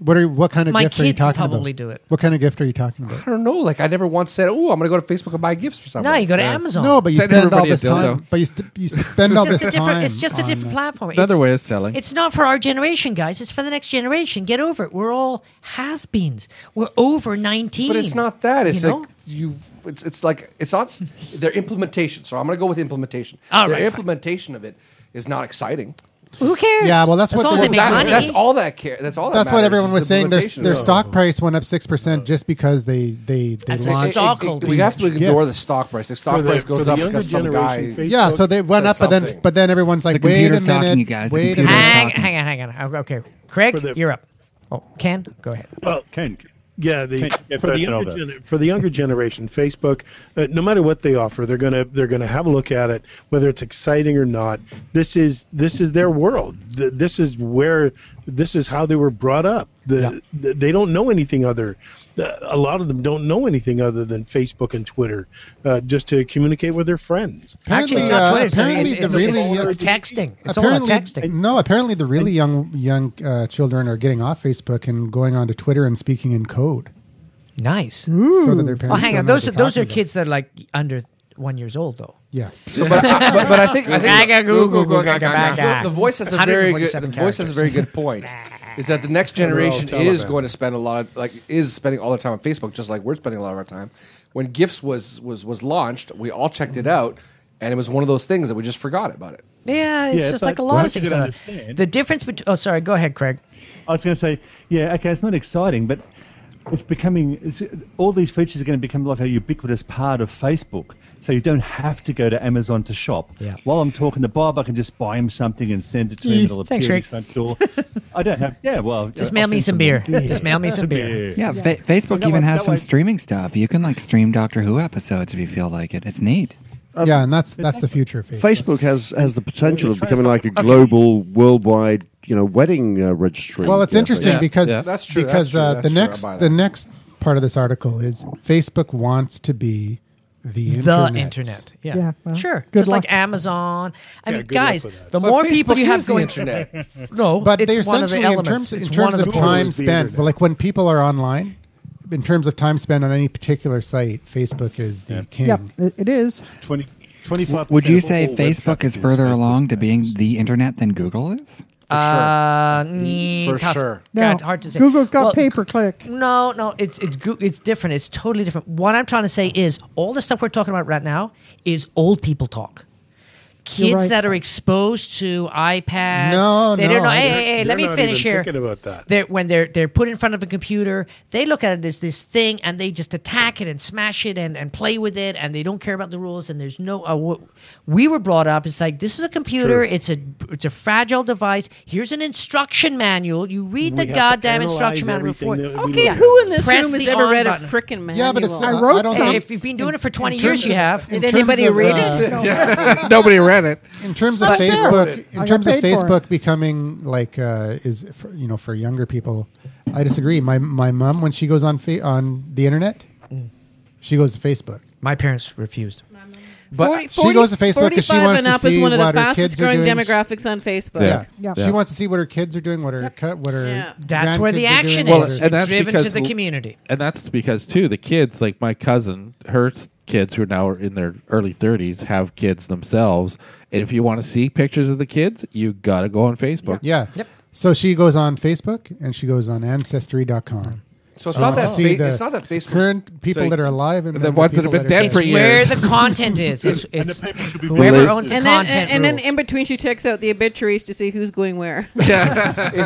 S1: What are what kind of
S8: My
S1: gift are you
S8: kids
S1: talking
S8: probably
S1: about?
S8: do it.
S1: What kind of gift are you talking about?
S8: I don't know. Like I never once said, "Oh, I'm going to go to Facebook and buy gifts for someone."
S2: No, you go to Amazon.
S1: No, but you
S8: Send
S1: spend all
S8: everybody a
S1: this time.
S8: dildo.
S1: But you, st- you spend all this
S2: It's a different-
S1: time.
S2: it's just a
S1: on
S2: different
S1: that.
S2: platform.
S4: Another
S2: It's-
S4: way of selling.
S2: It's not for our generation, guys. It's for the next generation. Get over it. We're all has-beens. We're over 19.
S8: But it's not that. It's
S2: you know?
S8: like you. It's it's like it's not their implementation. So I'm going to go with implementation.
S2: All
S8: their
S2: right, fine.
S8: implementation of it is not exciting.
S2: Who cares?
S1: Yeah, well, that's what
S2: as long as
S1: they-
S2: they make
S1: That-
S2: money.
S8: That's all that care. That's all. That
S1: That's what
S8: matters
S1: everyone
S8: is
S1: was saying. Their,
S8: implementation
S1: their
S8: of it.
S1: stock price went up six percent just because they they they
S8: That's
S1: launched.
S8: a stockholder. We have to ignore the stock price. The stock
S1: For the-
S8: price
S1: for
S8: goes
S1: the
S8: up
S1: younger
S8: because some guy.
S1: generation, Yeah, so they went
S8: said
S1: up, but then
S8: something.
S1: but then everyone's like,
S8: The
S1: wait a
S8: computer's
S1: minute,
S8: talking, you guys. The
S1: wait a
S8: computer's
S1: minute.
S2: Hang, hang on, hang on. Oh, Okay, Craig, you're up. Oh, Ken, go ahead.
S5: Well,
S9: Ken,
S5: Yeah, the,
S9: Can't get
S5: for, the
S9: first and all
S5: younger
S9: that.
S5: gen- for the younger generation, Facebook, uh, no matter what they offer, they're gonna they're gonna have a look at it, whether it's exciting or not. This is this is their world. Th- This is where this is how they were brought up. The, th- they don't know anything other. the- A lot of them don't know anything other than Facebook and Twitter, uh, just to communicate with their friends.
S2: Actually, it's not Twitter. It's,
S1: uh, apparently
S2: it's, it's,
S1: the
S2: it's,
S1: really- uh,
S2: it's texting. It's all about
S1: apparently,
S2: texting.
S1: no. Apparently, the really young young uh, children are getting off Facebook and going onto Twitter and speaking in code.
S2: Nice.
S1: So that their parents.
S2: Oh, hang
S1: don't
S2: on.
S1: know
S2: Those are
S1: what
S2: those
S1: they're
S2: are
S1: talking
S2: kids that are like under one years old though.
S1: Yeah.
S8: So, but, I, but, but I think I think
S2: Gaga, goo, goo, goo, gaga,
S8: the,
S2: gaga.
S8: the voice has a very good the
S2: 147
S8: voice has a very good point. Is that the next
S5: Yeah, we're all
S8: generation is
S5: Taliban.
S8: going to spend a lot of like is spending all their time on Facebook just like we're spending a lot of our time. When Gifts was was was launched, we all checked it out, and it was one of those things that we just forgot about it.
S2: Yeah, it's
S9: Yeah,
S2: just
S9: but
S2: like a lot of
S9: once you
S2: things.
S9: can
S2: that are-
S9: understand-
S2: The difference between. Oh, sorry. Go ahead, Craig.
S9: I was going to say, yeah, okay, it's not exciting, but it's becoming, it's, all these features are going to become like a ubiquitous part of Facebook. So you don't have to go to Amazon to shop.
S2: Yeah.
S9: While I'm talking to Bob, I can just buy him something and send it to him.
S2: Mm,
S9: It'll
S2: thanks,
S9: appear at
S2: Rick.
S9: his front door. I don't have, yeah, well.
S2: Just
S9: I'll
S2: mail me
S9: send
S2: some beer.
S9: Yeah.
S2: Just mail me some beer.
S10: Yeah, Fa- Facebook
S9: That way-
S10: even has
S9: that
S10: some
S9: way-
S10: streaming stuff. You can like stream Doctor Who episodes if you feel like it. It's neat.
S1: about. Um, yeah, and that's that's the future of Facebook.
S7: Facebook has has the potential of becoming like a global, worldwide, you know, wedding uh, registry.
S1: Well, it's
S7: Yeah,
S1: interesting
S7: thing.
S1: because
S8: That's true, that's
S1: because
S8: true,
S1: uh,
S8: that's
S1: the
S8: true, I
S1: next
S8: buy that.
S1: the next part of this article is Facebook wants to be the
S2: The
S1: internet.
S2: internet. Yeah.
S1: Yeah, well,
S2: sure.
S1: good
S2: Just
S1: luck.
S2: like Amazon. I
S1: Yeah,
S2: mean,
S1: good luck
S2: guys,
S1: with that.
S2: the
S1: But
S2: more people
S1: Facebook
S2: you
S1: is
S2: have
S1: the
S2: going
S1: internet.
S2: no,
S1: but
S2: it's
S1: they
S2: one of
S1: essentially
S2: the
S1: in
S2: elements.
S1: terms in
S2: It's
S1: terms
S2: one
S1: of,
S2: of the
S1: time
S2: goals.
S1: spent. Well, like when people are online, in terms of time spent on any particular site, Facebook is the king.
S6: Yep, it, it is.
S9: 20, 25
S10: Hmm. Would you say Facebook is further along to being the internet than Google is?
S2: Uh, mm,
S10: For
S2: tough.
S10: sure.
S6: No.
S2: God, hard to say.
S6: Google's got
S2: Well,
S6: pay per click.
S2: No, no, it's it's goo- it's different. It's totally different. What I'm trying to say is all the stuff we're talking about right now is old people talk.
S6: You're
S2: Kids
S6: right.
S2: that are exposed to iPads.
S6: No,
S2: they Don't
S6: no,
S2: know.
S6: I-
S2: Hey,
S6: They're-
S2: hey, hey,
S6: they're
S2: let me
S6: not
S2: finish
S6: even
S2: here.
S6: thinking about that.
S2: They're, when they're they're put in front of a computer, they look at it as this thing, and they just attack it and smash it and, and play with it, and they don't care about the rules. And there's no. Uh, what we were brought up. It's like this is a computer.
S13: true.
S2: It's a it's a fragile device. Here's an instruction manual. You read
S13: We
S2: the
S13: have to
S2: goddamn
S13: analyze
S2: instruction manual
S13: everything
S2: before.
S13: that we
S3: Okay, who in this room has ever read a
S2: freaking
S3: frickin' manual? Yeah, but it's-
S1: I wrote I don't some.
S2: If you've been doing it for
S1: In
S2: 20
S1: terms
S2: years, you
S1: of-
S2: have.
S1: in terms of, uh,
S10: Nobody read it.
S1: In terms of
S2: But-
S1: Facebook,
S2: I
S1: in terms of
S2: got paid for it.
S1: Facebook becoming like uh, is for, you know for younger people, I disagree. My my mom when she goes on fa- on the internet, she goes to Facebook.
S2: My parents refused.
S1: But she goes to Facebook because she
S3: 45
S1: wants
S3: and
S1: to
S3: up
S1: see
S3: is one of the
S1: what her
S3: fastest
S1: kids are
S3: growing
S1: doing.
S3: demographics on Facebook.
S1: Yeah.
S3: Yeah.
S1: she wants to see what her kids are doing, what her cut, what her
S2: That's where the
S1: grandkids are
S2: action
S1: doing,
S2: is.
S1: what her-
S2: and that's Driven to because- the community.
S4: And that's because too the kids, like my cousin, her s- kids who are now in their early thirties have kids themselves. And if you want to see pictures of the kids, you gotta go on Facebook.
S1: Yeah. So she goes on Facebook and she goes on
S2: Mm-hmm.
S1: ancestry.com.
S8: So it's
S1: She
S8: not
S1: wants
S8: that
S1: to see
S8: fa-
S1: the
S8: it's not that Facebook's
S1: current people
S8: thing.
S1: that are alive and
S8: The ones that have been dead
S1: dead
S8: for
S2: Where the content is. It's, it's whoever
S1: released.
S2: owns the
S3: And then,
S2: content.
S3: and then
S2: rules.
S3: in between, she checks out the obituaries to see who's going where.
S8: it's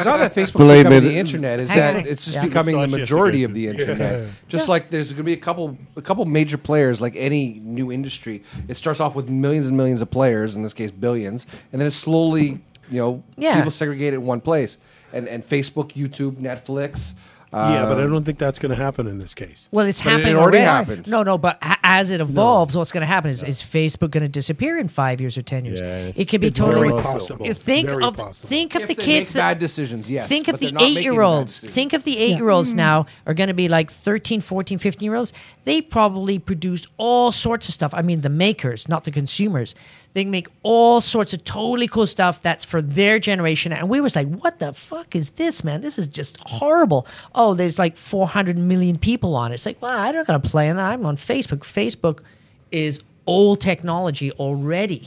S8: not that Facebook's
S7: Believe me,
S8: becoming the
S7: th-
S8: internet. It's
S3: Hang
S8: that
S3: on.
S8: it's just
S3: Yeah.
S8: becoming the
S3: Massage
S8: majority of the
S3: investigation.
S8: internet.
S3: Yeah.
S8: Just like there's going to be a couple a couple major players, like any new industry. It starts off with millions and millions of players, in this case billions, and then it slowly, you know,
S2: Yeah.
S8: people segregate it in one place. And and Facebook, YouTube, Netflix.
S5: yeah, but I
S8: Um,
S5: don't think that's going to happen in this case.
S2: Well, it's
S8: But it
S2: happening
S8: already
S2: already.
S8: happened.
S2: No, no, but a- as it evolves, what's going to happen is, is Facebook going to disappear in five years or ten years? it could be
S8: It's
S2: totally
S8: very possible.
S2: Think
S8: Very
S2: of
S8: possible.
S2: think of
S8: If
S2: the
S8: they
S2: kids
S8: make
S2: that
S8: bad decisions, yes,
S2: Think
S8: but
S2: of the
S8: they're not making bad
S2: eight-year-olds.
S8: decisions.
S2: Think of the eight-year-olds now are going to be like 13, 14, 15-year-olds. They probably produced all sorts of stuff. I mean, the makers, not the consumers. They make all sorts of totally cool stuff that's for their generation. And we was like, what the fuck is this, man? This is just horrible. Oh, there's like 400 million people on it. It's like, well, I don't got to play in that. I'm on Facebook. Facebook is old technology already.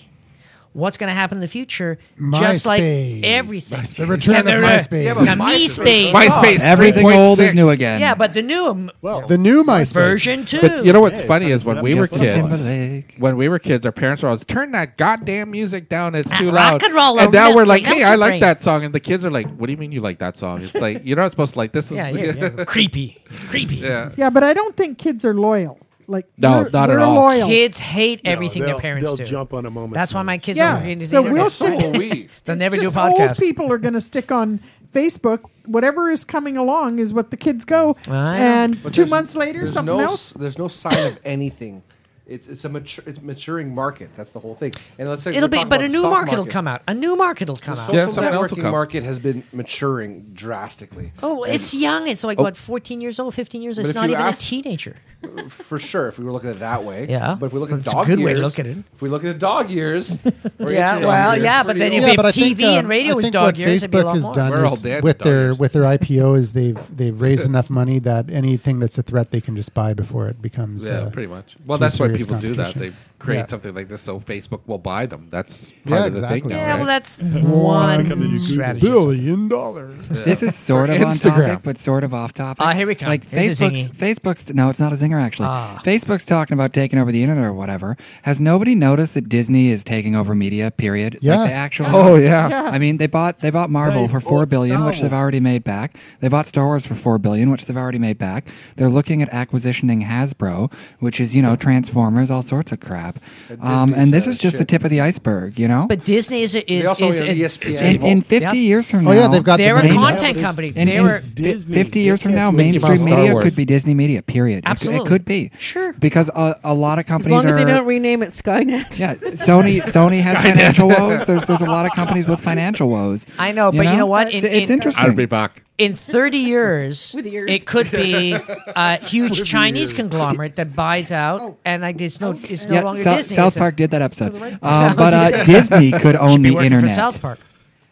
S2: What's going to happen in the future? Just like
S1: MySpace.
S2: everything.
S1: The return of
S2: Yeah,
S1: MySpace. Yeah, but
S2: Now,
S1: MySpace-
S2: MySpace.
S1: MySpace Everything 3.6. old is new again.
S2: Yeah, but the new um, well,
S1: The new MySpace
S2: version two.
S4: But you know what's
S2: Yeah,
S4: funny is
S2: set
S4: when
S2: up
S4: we
S2: just
S4: were
S2: like
S4: kids, when we were kids, our parents were always turn that goddamn music down. It's too
S2: rock
S4: loud.
S2: and roll oh,
S4: and now
S2: will
S4: we're like,
S2: melt
S4: hey,
S2: your
S4: I like
S2: brain."
S4: that song, and the kids are like, what do you mean you like that song? It's like you're not supposed to like this. Is
S2: Yeah, yeah, yeah. creepy, creepy.
S4: Yeah.
S6: Yeah, but I don't think kids are loyal. Like
S4: No,
S6: we're-
S4: not at
S6: we're
S4: all.
S6: Loyal.
S2: Kids hate
S6: No,
S2: everything their
S6: they'll-
S2: parents
S6: they'll
S2: do.
S6: jump on a moment's
S2: That's why my kids
S6: Yeah.
S2: are into the
S6: So
S2: internet.
S6: we'll stick- So will we.
S2: They'll never do a
S6: Just Old
S2: podcast.
S6: people are going to stick on Facebook. Whatever is coming along is what the kids go.
S2: I
S6: and
S8: But
S6: two
S8: there's-
S6: months later,
S8: there's
S6: something
S8: no,
S6: else.
S8: s- There's no sign of anything. It's, it's a mature, it's maturing market. That's the whole thing. And let's say
S2: It'll
S8: we're
S2: be,
S8: talking
S2: but
S8: about
S2: a
S8: the
S2: new
S8: stock
S2: market, will
S8: market.
S2: come out. A new market will come
S8: The
S2: out.
S8: social
S4: something else will
S8: networking
S4: come.
S8: market has been maturing drastically.
S2: Oh,
S8: And
S2: it's young. It's like
S8: Oh.
S2: what, fourteen years old, fifteen years.
S8: But
S2: It's
S8: if
S2: not
S8: you
S2: even
S8: ask-
S2: a teenager.
S8: for sure. If we were looking at it that way,
S2: Yeah.
S8: But if we look at
S2: That's a
S8: dog
S2: good way
S8: years,
S2: to look at it.
S8: if we look at dog years, or
S2: Yeah,
S8: internet
S2: well,
S8: years,
S2: yeah,
S8: it's
S2: but
S8: pretty
S2: then
S8: old.
S2: if
S1: Yeah,
S2: we
S1: but I
S2: have TV
S1: think, um,
S2: and radio
S1: I
S2: was
S1: think
S2: dog
S1: what
S2: years, it'd be a
S1: Facebook
S2: lot
S1: has
S2: more.
S1: done
S4: We're all
S1: is
S4: dead
S1: with
S4: dog
S1: their
S4: years.
S1: with their IPO is they've they've raised enough money that anything that's a threat they can just buy before it becomes
S4: Yeah,
S1: uh,
S4: pretty much. Well,
S1: too
S4: that's why
S1: serious
S4: people do that. They
S1: competition.
S4: create
S1: Yeah.
S4: something like this so Facebook will buy them. That's part
S1: Yeah,
S4: of the
S1: exactly.
S4: thing now.
S2: Yeah,
S4: right?
S2: well, that's one strategy.
S1: Billion dollars.
S10: This is sort
S4: For
S10: of on
S4: Instagram.
S10: topic, but sort of off topic.
S2: Ah, here we come.
S10: Like
S2: Here's a
S10: Facebook's, Facebook's no, it's not a zinger actually.
S4: Ah.
S10: Facebook's talking about taking over the internet or whatever. Has nobody noticed that Disney is taking over media? Period.
S1: Yeah.
S10: Like the actual.
S4: Oh, yeah. Yeah.
S10: I mean, they bought they bought Marvel
S4: They
S10: for four
S4: bought
S10: billion,
S4: Star
S10: which they've
S4: Wars.
S10: already made back. They bought Star Wars for four billion, which they've already made back. They're looking at acquisitioning Hasbro, which is you know Transformers, all sorts of crap. Um, and this is just the tip of the iceberg, you know.
S2: But Disney is is
S8: They also
S2: is,
S8: own
S2: is-
S8: ESPN.
S2: is
S10: In,
S2: evil.
S10: in 50
S2: Yep.
S10: years from now,
S1: Oh, yeah, they've got
S2: They're
S1: the
S2: a
S1: main-
S2: content company.
S10: in,
S2: They
S10: in
S2: were
S10: fi- 50 years from now,
S4: Mickey Mouse
S10: mainstream
S4: Star
S10: media
S4: Wars.
S10: could be Disney Media, period. It- It,
S2: Absolutely.
S10: could be.
S2: Sure.
S10: Because a, a lot of
S3: As
S10: companies
S3: long as
S10: are.
S3: they don't rename it Skynet.
S10: yeah, Sony Sony has financial woes. There's there's a lot of companies with financial woes.
S2: I know, but you know what?
S10: It's,
S2: In-
S10: it's
S2: in-
S10: interesting.
S4: I'll be back.
S2: in 30 years, it could be a huge Chinese conglomerate that buys out,
S1: Oh.
S2: and like it's no, it's no
S10: yeah,
S2: longer
S10: South,
S2: Disney.
S10: South
S2: is it?
S10: Park did that episode. Uh, but uh, Disney could own
S2: Should be
S10: the
S2: working
S10: internet.
S2: For South Park.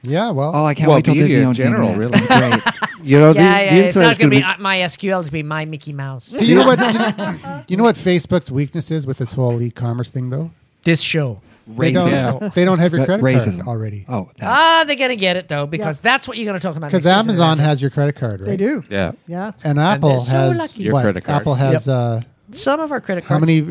S1: Yeah, well,
S10: Oh, I can't
S4: Well,
S10: wait till
S4: media
S10: Disney
S4: in
S10: owns
S4: general,
S10: the internet.
S4: really.
S10: It's gonna be great.
S7: You know,
S2: yeah,
S7: the,
S2: yeah,
S7: the
S2: it's not
S7: internet's
S2: going to
S7: going
S2: be,
S7: to
S2: uh, my SQL. It's be my Mickey Mouse.
S1: you know what? You
S2: uh,
S1: know, you know what Facebook's weakness is with this whole e-commerce thing, though.
S2: This show.
S1: They don't.
S4: Yeah.
S1: They don't have your
S10: Ra-
S1: credit
S10: racism.
S1: card already
S10: Oh, that.
S2: Ah, they're going to get it though, because that's what you're going to talk about.
S1: because
S2: next, isn't it?
S1: Amazon has your credit card, right?
S6: They do.
S4: yeah.
S6: Yeah.
S1: And
S2: they're
S1: Apple
S2: so
S1: has
S2: lucky.
S4: Your
S1: what?
S4: credit card.
S1: Apple has uh,
S2: some of our credit
S1: how
S2: cards.
S1: many?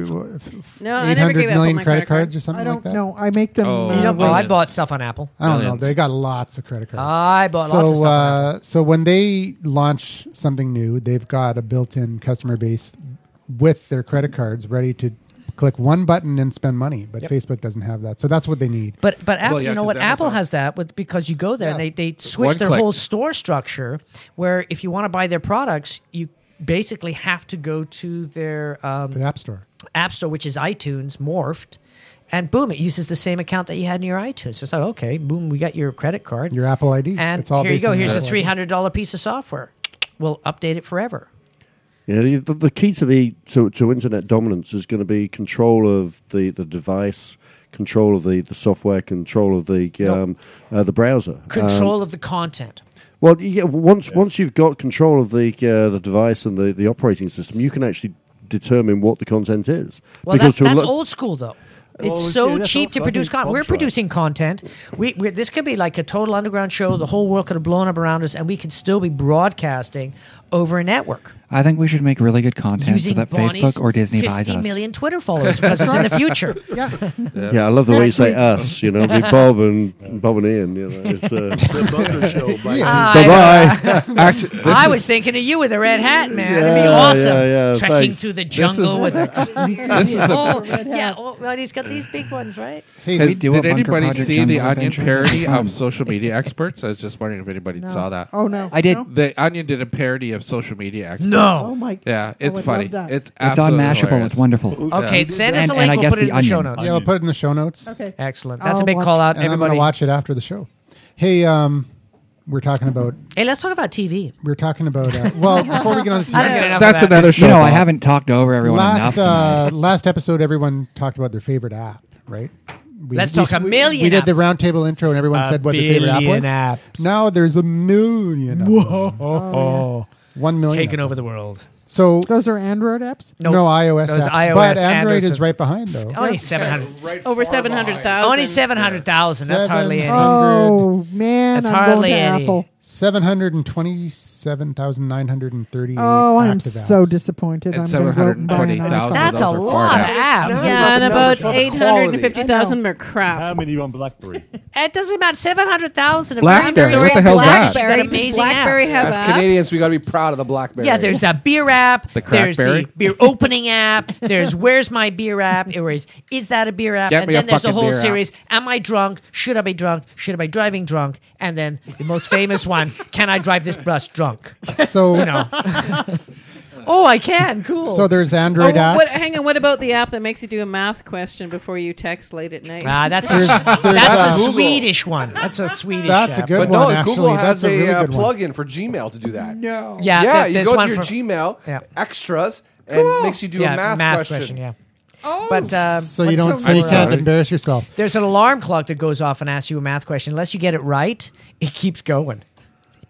S3: No, I
S1: eight
S3: never gave up
S1: hundred
S3: on
S1: million
S3: my
S1: credit
S3: credit card.
S1: cards or something
S6: I don't
S1: like that.
S6: know. I make them.
S4: Oh.
S6: uh,
S2: You know,
S6: wait.
S2: well, I bought stuff on Apple.
S1: I don't
S4: Millions.
S1: know. They got lots of credit cards.
S2: I bought
S1: so,
S2: lots of stuff. on Apple.
S1: uh, so when they launch something new, they've got a built-in customer base with their credit cards ready to click one button and spend money. But Facebook doesn't have that, so that's what they need.
S2: But but Apple,
S4: yeah,
S2: you know
S4: 'cause
S2: what? Apple
S4: Amazon-
S2: has that with because you go there and
S1: Yeah.
S2: they they switch their
S4: click.
S2: whole store structure where if you want to buy their products, you basically have to go to their um,
S1: The App Store.
S2: App Store, which is iTunes morphed. And boom, it uses the same account that you had in your iTunes. It's like, okay, boom, we got your credit card.
S1: Your Apple ID.
S2: and
S1: It's all
S2: here you
S1: based
S2: go.
S1: on your
S2: Here's a
S1: Apple ID.
S2: three hundred dollar piece of software. We'll update it forever.
S7: Yeah, the- the, the key to the to, to internet dominance is going to be control of the, the device, control of the, the software, control of the um, uh, the browser. Um,
S2: Control of the content.
S7: Well, yeah. Once once you've got control of the uh, the device and the, the operating system, you can actually determine what the content is.
S2: Well, that's,
S7: to a
S2: that's
S7: lo-
S2: old school though. It's
S9: Well, Oh, see,
S2: so
S9: that's
S2: cheap
S9: old
S2: to
S9: school. I think
S2: produce content. We're
S9: Bob's right.
S2: producing content. We, we this could be like a total underground show. The whole world could have blown up around us, and we could still be broadcasting over a network.
S10: I think we should make really good content
S2: using
S10: so that
S2: Bonnie's
S10: Facebook or Disney
S2: 50
S10: buys us.
S2: million Twitter followers because it's in the future.
S6: Yeah.
S7: Yeah, I love the way you say us. You know, it'd be Bob and Bob and Ian. You know, it's uh,
S5: The Bunker Show by-
S7: Bye bye.
S2: I was thinking of you with a red hat, man. It'd be
S7: Yeah,
S2: awesome.
S7: yeah, yeah,
S2: Trekking
S7: thanks.
S2: through the
S7: This
S2: jungle
S7: is-
S2: with a.
S7: This is a-
S2: oh, yeah. Oh, well, he's got these big ones, right?
S4: Has-
S10: We do a
S4: did
S10: Bunker
S4: anybody
S10: Project
S4: see the
S10: Jungle
S4: Onion
S10: Adventure.
S4: parody
S10: Fun.
S4: of social media experts? I was just wondering if anybody saw that.
S6: Oh, no. I did. No?
S4: The Onion did a parody of social media experts.
S6: No. Oh, my- I
S4: Yeah, it's
S6: would
S4: funny.
S6: love that.
S4: It's
S10: It's on
S4: absolutely
S10: Mashable.
S4: hilarious.
S10: It's wonderful.
S2: Okay, send us a
S10: And-
S2: link.
S10: and I
S2: we'll
S10: guess
S2: put it in
S10: the
S2: the show
S10: Onion.
S2: notes.
S1: Yeah, we'll put it in the show notes.
S6: Okay.
S2: Excellent. That's
S6: I'll
S2: a big
S6: watch
S2: call out.
S1: And I'm going
S2: Everybody.
S1: to watch it after the show. Hey, um, we're talking about
S2: Hey, let's talk about TV.
S1: we're talking about uh, well before we get on to
S2: I don't
S1: TV,
S2: know.
S4: That's
S2: Enough of that.
S4: another show.
S10: You know, I
S4: Bob.
S10: haven't talked over everyone
S1: last
S10: enough. tonight.
S1: uh, last episode everyone talked about their favorite app, right? We,
S2: Let's talk a
S1: we-
S2: million
S1: We did the
S2: apps.
S1: roundtable intro and everyone
S2: A
S1: said what their favorite app was.
S2: billion apps.
S1: Now there's a million. of them. uh, Oh,
S6: Oh,
S1: One million.
S2: Oh, Taking over the world.
S1: So
S6: Those are Android apps.
S1: no, iOS
S2: Those
S1: apps,
S2: iOS,
S1: but Android
S2: Androids
S1: is
S2: are- Oh,
S1: right behind though.
S2: Only 700.
S8: Right
S3: Over
S8: far behind.
S3: 700,000.
S2: Only 700,000. That's hardly any.
S1: Seven-
S6: Oh man,
S2: That's
S6: I'm going
S2: hardly
S6: to
S2: any.
S6: Apple.
S1: Seven hundred and twenty-seven thousand nine hundred and thirty.
S6: Oh, I'm
S1: active
S6: so
S1: apps.
S6: disappointed.
S4: And
S6: I'm going to go out and buy an
S4: 720,000
S6: iPhone.
S4: of
S2: That's a
S4: those are
S2: lot of
S4: far
S2: apps.
S3: Yeah, and
S5: the
S3: about
S5: numbers, not the
S3: 850,000 are
S9: How
S3: crap.
S9: many are on BlackBerry?
S2: It doesn't matter. 700,000. of
S4: Blackberry,
S2: Blackberries.
S4: what the hell's that?
S2: Blackberry,
S12: Blackberry,
S2: amazing
S12: does Blackberry
S2: apps.
S12: have
S8: As
S12: apps?
S8: Canadians, we got to be proud of the BlackBerry.
S2: Yeah, there's that beer app.
S4: The
S2: there's the
S4: Crackberry.
S2: beer opening app. There's where's my beer app? There is is that a beer app?
S4: Get
S2: and
S4: me
S2: then
S4: a
S2: there's the
S4: fucking
S2: whole
S4: beer app.
S2: series. Am I drunk? Should I be drunk? Should I be driving drunk? And then the most famous one: Can I drive this bus drunk?
S1: So
S2: Oh, I can. Cool.
S1: so there's Android
S3: Oh,
S1: apps.
S3: what, hang on, what about the app that makes you do a math question before you text late at night?
S2: ah, that's a,
S1: There's-
S2: that's
S1: there's,
S2: a
S1: uh,
S8: Google.
S2: Swedish one. That's a Swedish.
S1: That's a
S2: app.
S1: good
S8: But
S1: one.
S8: no,
S1: actually,
S8: Google has
S1: that's a, really
S8: uh,
S1: good one.
S8: plug-in for Gmail to do that. No.
S2: Yeah,
S8: Yeah,
S2: there-
S8: you
S2: there's
S8: go
S2: one
S8: to your
S2: for-
S8: Gmail,
S2: Yeah.
S8: extras, and it makes you do
S2: yeah,
S8: a math, question.
S2: Yeah. Oh, but um,
S1: so you
S2: what's
S1: don't
S2: the
S1: so you
S2: word?
S1: can't embarrass yourself.
S2: There's an alarm clock that goes off and asks you a math question. Unless you get it right, it keeps going.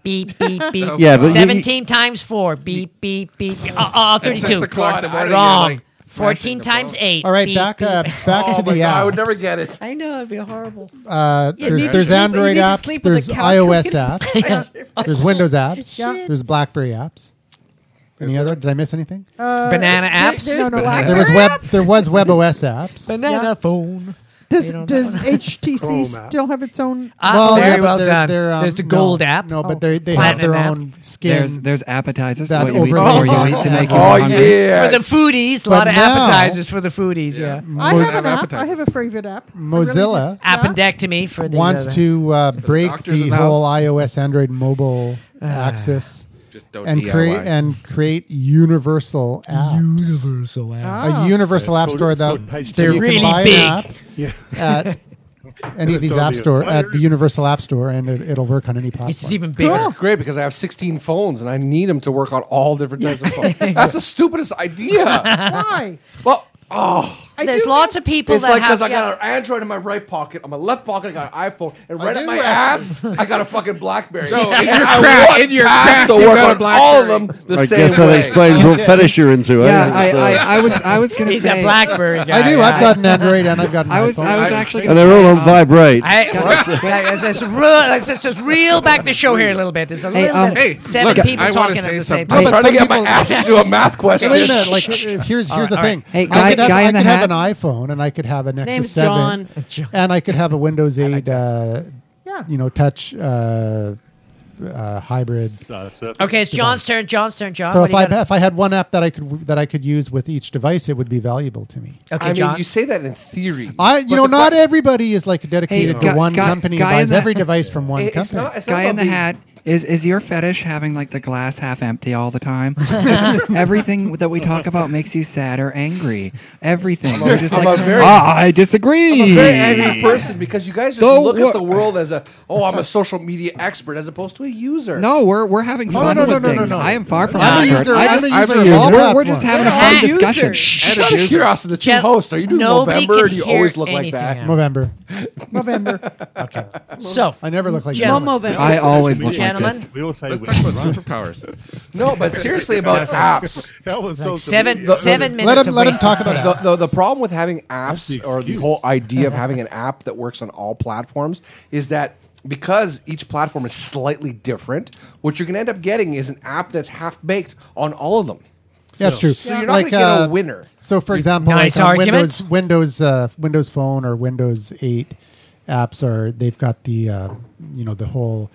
S2: Beep, beep, beep.
S7: Yeah, but you-
S2: 17 times 4. Beep, beep, beep. beep. Uh, uh, 32.
S8: Six o'clock in the morning,
S2: Wrong.
S8: you're like smashing
S2: 14
S8: the
S2: times
S8: phone.
S2: 8.
S1: All right,
S2: Beep,
S1: back
S2: beep.
S1: uh, back
S8: Oh
S1: to the
S8: my God, I would
S1: apps.
S8: never get it.
S2: I know, it'd be horrible.
S1: Uh,
S12: need to sleep-
S1: there's there's
S12: you
S1: Android
S12: need to
S1: apps,
S12: sleep with
S1: there's
S12: a calculator.
S1: iOS apps, there's Windows apps,
S6: Yeah.
S1: there's BlackBerry apps. Any other? Did I miss anything?
S6: Uh,
S2: Banana apps?
S12: There's
S6: No, no,
S12: Blackberry
S1: there was web.
S12: apps?
S1: There was WebOS apps.
S2: Banana
S6: Yeah.
S2: phone.
S6: Does,
S2: don't
S6: does
S5: Chrome
S6: HTC
S5: app.
S6: still have its own?
S2: Ah,
S1: yeah,
S2: very
S1: but
S2: well
S1: they're-
S2: done.
S1: they're, um,
S2: There's the
S1: no,
S2: gold app.
S1: No,
S12: Oh,
S1: but they they have
S2: Platinum
S1: their
S2: app.
S1: own skin.
S10: There's there's appetizers
S1: That
S10: what you eat
S1: overlays
S10: before you
S1: on
S10: eat to
S1: it.
S10: make you
S8: Oh
S10: more hungry.
S8: yeah.
S2: For the foodies, a
S1: But
S2: lot of
S1: now-
S2: appetizers for the foodies, yeah.
S6: I have an
S4: have
S6: app.
S4: appetite.
S6: I have a favorite app. I really do.
S1: Mozilla
S6: Yeah.
S2: Appendectomy for the
S1: wants to uh, break
S4: doctors
S1: the
S4: in the
S1: whole iOS Android mobile
S2: Ah.
S1: axis
S4: Just don't
S1: and create
S4: DIY.
S1: and create universal apps.
S2: Universal app.
S12: Ah.
S1: a universal app store
S9: it's
S1: that
S9: called page
S1: so
S9: two.
S1: you
S2: Really
S1: can buy
S2: big.
S1: an app
S5: Yeah.
S1: at any of these
S5: It's on
S1: app
S5: the
S1: store at
S5: acquired.
S1: the universal app store and it, it'll work on any
S2: This is
S1: platform.
S2: even bigger.
S8: That's great because I have 16 phones and I need them to work on all different types of phones. That's the stupidest idea.
S6: Why?
S8: well, oh,
S6: I
S2: There's
S6: do
S2: lots
S6: think-
S2: of people
S8: it's
S2: that
S8: like
S2: have.
S8: because I
S2: yeah.
S8: got an Android in my right pocket, on my left pocket I got an iPhone, and
S1: I
S8: right
S1: do
S8: at my ass I got a fucking BlackBerry.
S4: No, in
S8: And
S4: your
S8: I
S4: crack-
S8: want
S4: in your
S8: apps
S4: crack
S8: to
S4: you
S8: work
S4: got a
S8: on all of them the
S7: I
S8: same
S7: guess that
S8: way.
S7: explains what fetish you're into. eh?
S10: Yeah,
S7: It's, uh,
S10: I, I, I was I was gonna
S2: He's
S10: say
S2: a BlackBerry guy.
S1: I do.
S2: Yeah.
S1: I've got an Android and I've got an
S10: I was
S1: iPhone.
S10: I was actually
S7: and
S10: gonna
S7: they're all on vibrate.
S2: I, like, let's, just reel, let's just- just reel back the show here a little bit. There's a
S10: Hey,
S2: little
S10: um,
S2: bit
S4: hey,
S2: seven
S4: look,
S2: people
S4: I wanna
S2: talking at
S4: say
S2: the same
S1: something.
S2: time.
S8: I'm
S1: But
S8: trying to
S1: some
S8: get my
S1: people-
S8: ass to do a math question.
S1: Wait a minute. Like, uh, here's here's the thing.
S10: Hey,
S1: I
S10: guy-
S1: could have,
S10: guy
S1: I
S10: in the
S1: could have
S10: hat.
S1: an iPhone and I could have a Nexus
S3: name's
S1: Seven,
S2: John.
S1: and I could have a Windows Eight, uh,
S6: Yeah.
S1: you know, touch uh, uh, hybrid.
S9: Uh, Surface.
S2: Okay, it's John's turn. John's turn. John.
S1: So
S2: what
S1: if
S2: do
S1: I
S2: you got?
S1: if I had one app that I could that I could use with each device, it would be valuable to me.
S2: okay,
S8: I mean,
S2: John.
S8: you say that in theory.
S1: I you
S8: but
S1: know
S8: the
S1: not
S8: fact-
S1: everybody is like dedicated
S10: guy-
S1: to one
S10: guy-
S1: company
S10: guy
S1: and
S10: in
S1: buys
S10: the-
S1: every device from one
S8: it- It's
S1: company.
S8: not, it's not
S10: guy in
S8: about
S10: the
S8: being-
S10: hat is is your fetish having like the glass half empty all the time? Isn't everything that we talk about makes you sad or angry. Everything. You're just
S8: I'm
S10: like,
S8: a very-
S10: "Ah, I disagree.
S8: I'm a very angry person because you guys just
S10: Don't
S8: look
S10: wor-
S8: at the world as a oh I'm a social media expert as opposed to a user. Oh,
S10: No, we're we're having
S1: No,
S10: fun
S1: no, no,
S10: with
S1: no, no,
S10: things.
S1: no.
S10: I am far from
S1: I'm
S10: an
S1: a
S10: expert.
S1: user.
S10: I
S1: I'm
S10: just-
S1: a user.
S4: a
S1: of
S4: user.
S1: all
S10: we're, we're just
S1: platforms.
S10: having a
S2: Yeah.
S10: fun
S2: User.
S10: discussion.
S8: Just out of curiosity, the two
S2: Just-
S8: hosts are you doing
S2: nobody
S8: November
S2: can
S8: and you
S2: hear
S8: always look like
S2: anything
S8: that?
S2: else.
S1: November.
S6: November.
S2: So
S1: I never look like
S2: Yeah.
S1: November.
S3: Momo.
S10: I always look like
S2: Gentlemen.
S10: this.
S9: We all say
S4: Let's
S9: we-
S4: talk about superpowers.
S8: No, but seriously about apps.
S5: That was social
S2: seven,
S5: media.
S2: seven minutes.
S1: Let him
S2: of
S1: let him
S2: wasted
S1: talk
S2: time.
S1: about
S8: The,
S1: that.
S8: the, the problem with having apps
S9: the
S8: or the
S9: excuse.
S8: whole idea of having an app that works on all platforms is that because each platform is slightly different, what you're going to end up getting is an app that's half baked on all of them.
S1: That's true.
S8: So you're not going to get
S1: uh,
S8: a winner.
S1: So, for
S8: You-
S1: example,
S2: Nice
S1: like on
S2: argument.
S1: Windows Windows uh, Windows Phone or Windows Eight apps are they've got the uh, you know the whole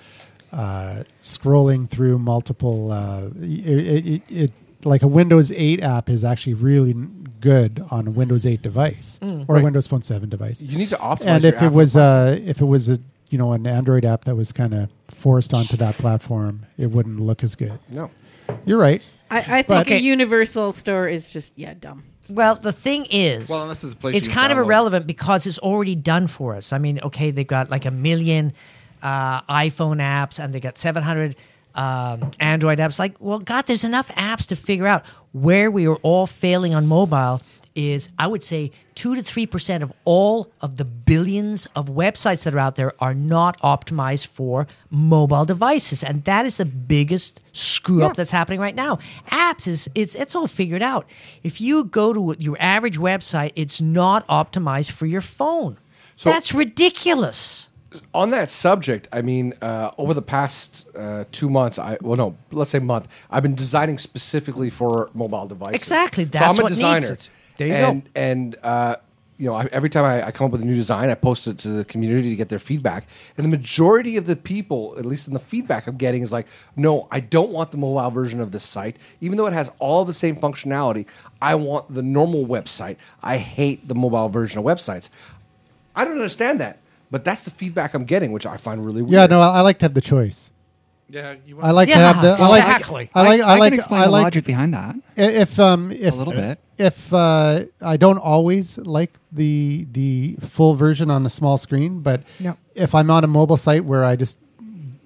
S1: uh, scrolling through multiple. Uh, it, it, it, it like a Windows Eight app is actually really n- good on a Windows Eight device
S8: Mm.
S1: or a
S8: Right.
S1: Windows Phone Seven device.
S8: You need to optimize
S1: And
S8: your
S1: if
S8: app for
S1: it was uh, if it was a you know an Android app that was kind of forced onto that platform, it wouldn't look as good.
S8: No.
S1: You're right.
S3: I, I think
S1: But-
S3: a universal store is just yeah dumb.
S2: Well, the thing is,
S3: Well, unless it's a place
S2: it's
S3: you
S2: kind of
S3: download.
S2: irrelevant because it's already done for us. I mean, okay, they've got like a million uh, iPhone apps and they got 700 um, Android apps. Like, well, God, there's enough apps to figure out where we are all failing on mobile. Is I would say two to three percent of all of the billions of websites that are out there are not optimized for mobile devices, and that is the biggest screw up that's happening right now. Apps is it's it's all figured out. If you go to your average website, it's not optimized for your phone. that's ridiculous.
S8: on that subject, I mean, uh, over the past uh, two months, I well, no, let's say month, I've been designing specifically for mobile devices.
S2: Exactly, that's what needs it. There you go.
S8: and, And uh, you know, I, every time I, I come up with a new design, I post it to the community to get their feedback. And the majority of the people, at least in the feedback I'm getting, is like, "No, I don't want the mobile version of this site, even though it has all the same functionality. I want the normal website. I hate the mobile version of websites." I don't understand that, but that's the feedback I'm getting, which I find really weird.
S1: Yeah, no, I, I like to have the choice.
S4: Yeah, you
S1: I like to
S8: Yeah,
S1: have the. I like,
S8: exactly.
S1: I like.
S8: I-
S1: I,
S8: I can
S1: like.
S8: explain
S1: I
S8: the
S1: like
S8: logic
S10: behind that.
S1: I- If um, if
S10: little bit.
S1: If uh, I don't always like the the full version on a small screen, but
S6: No.
S1: if I'm on a mobile site where I just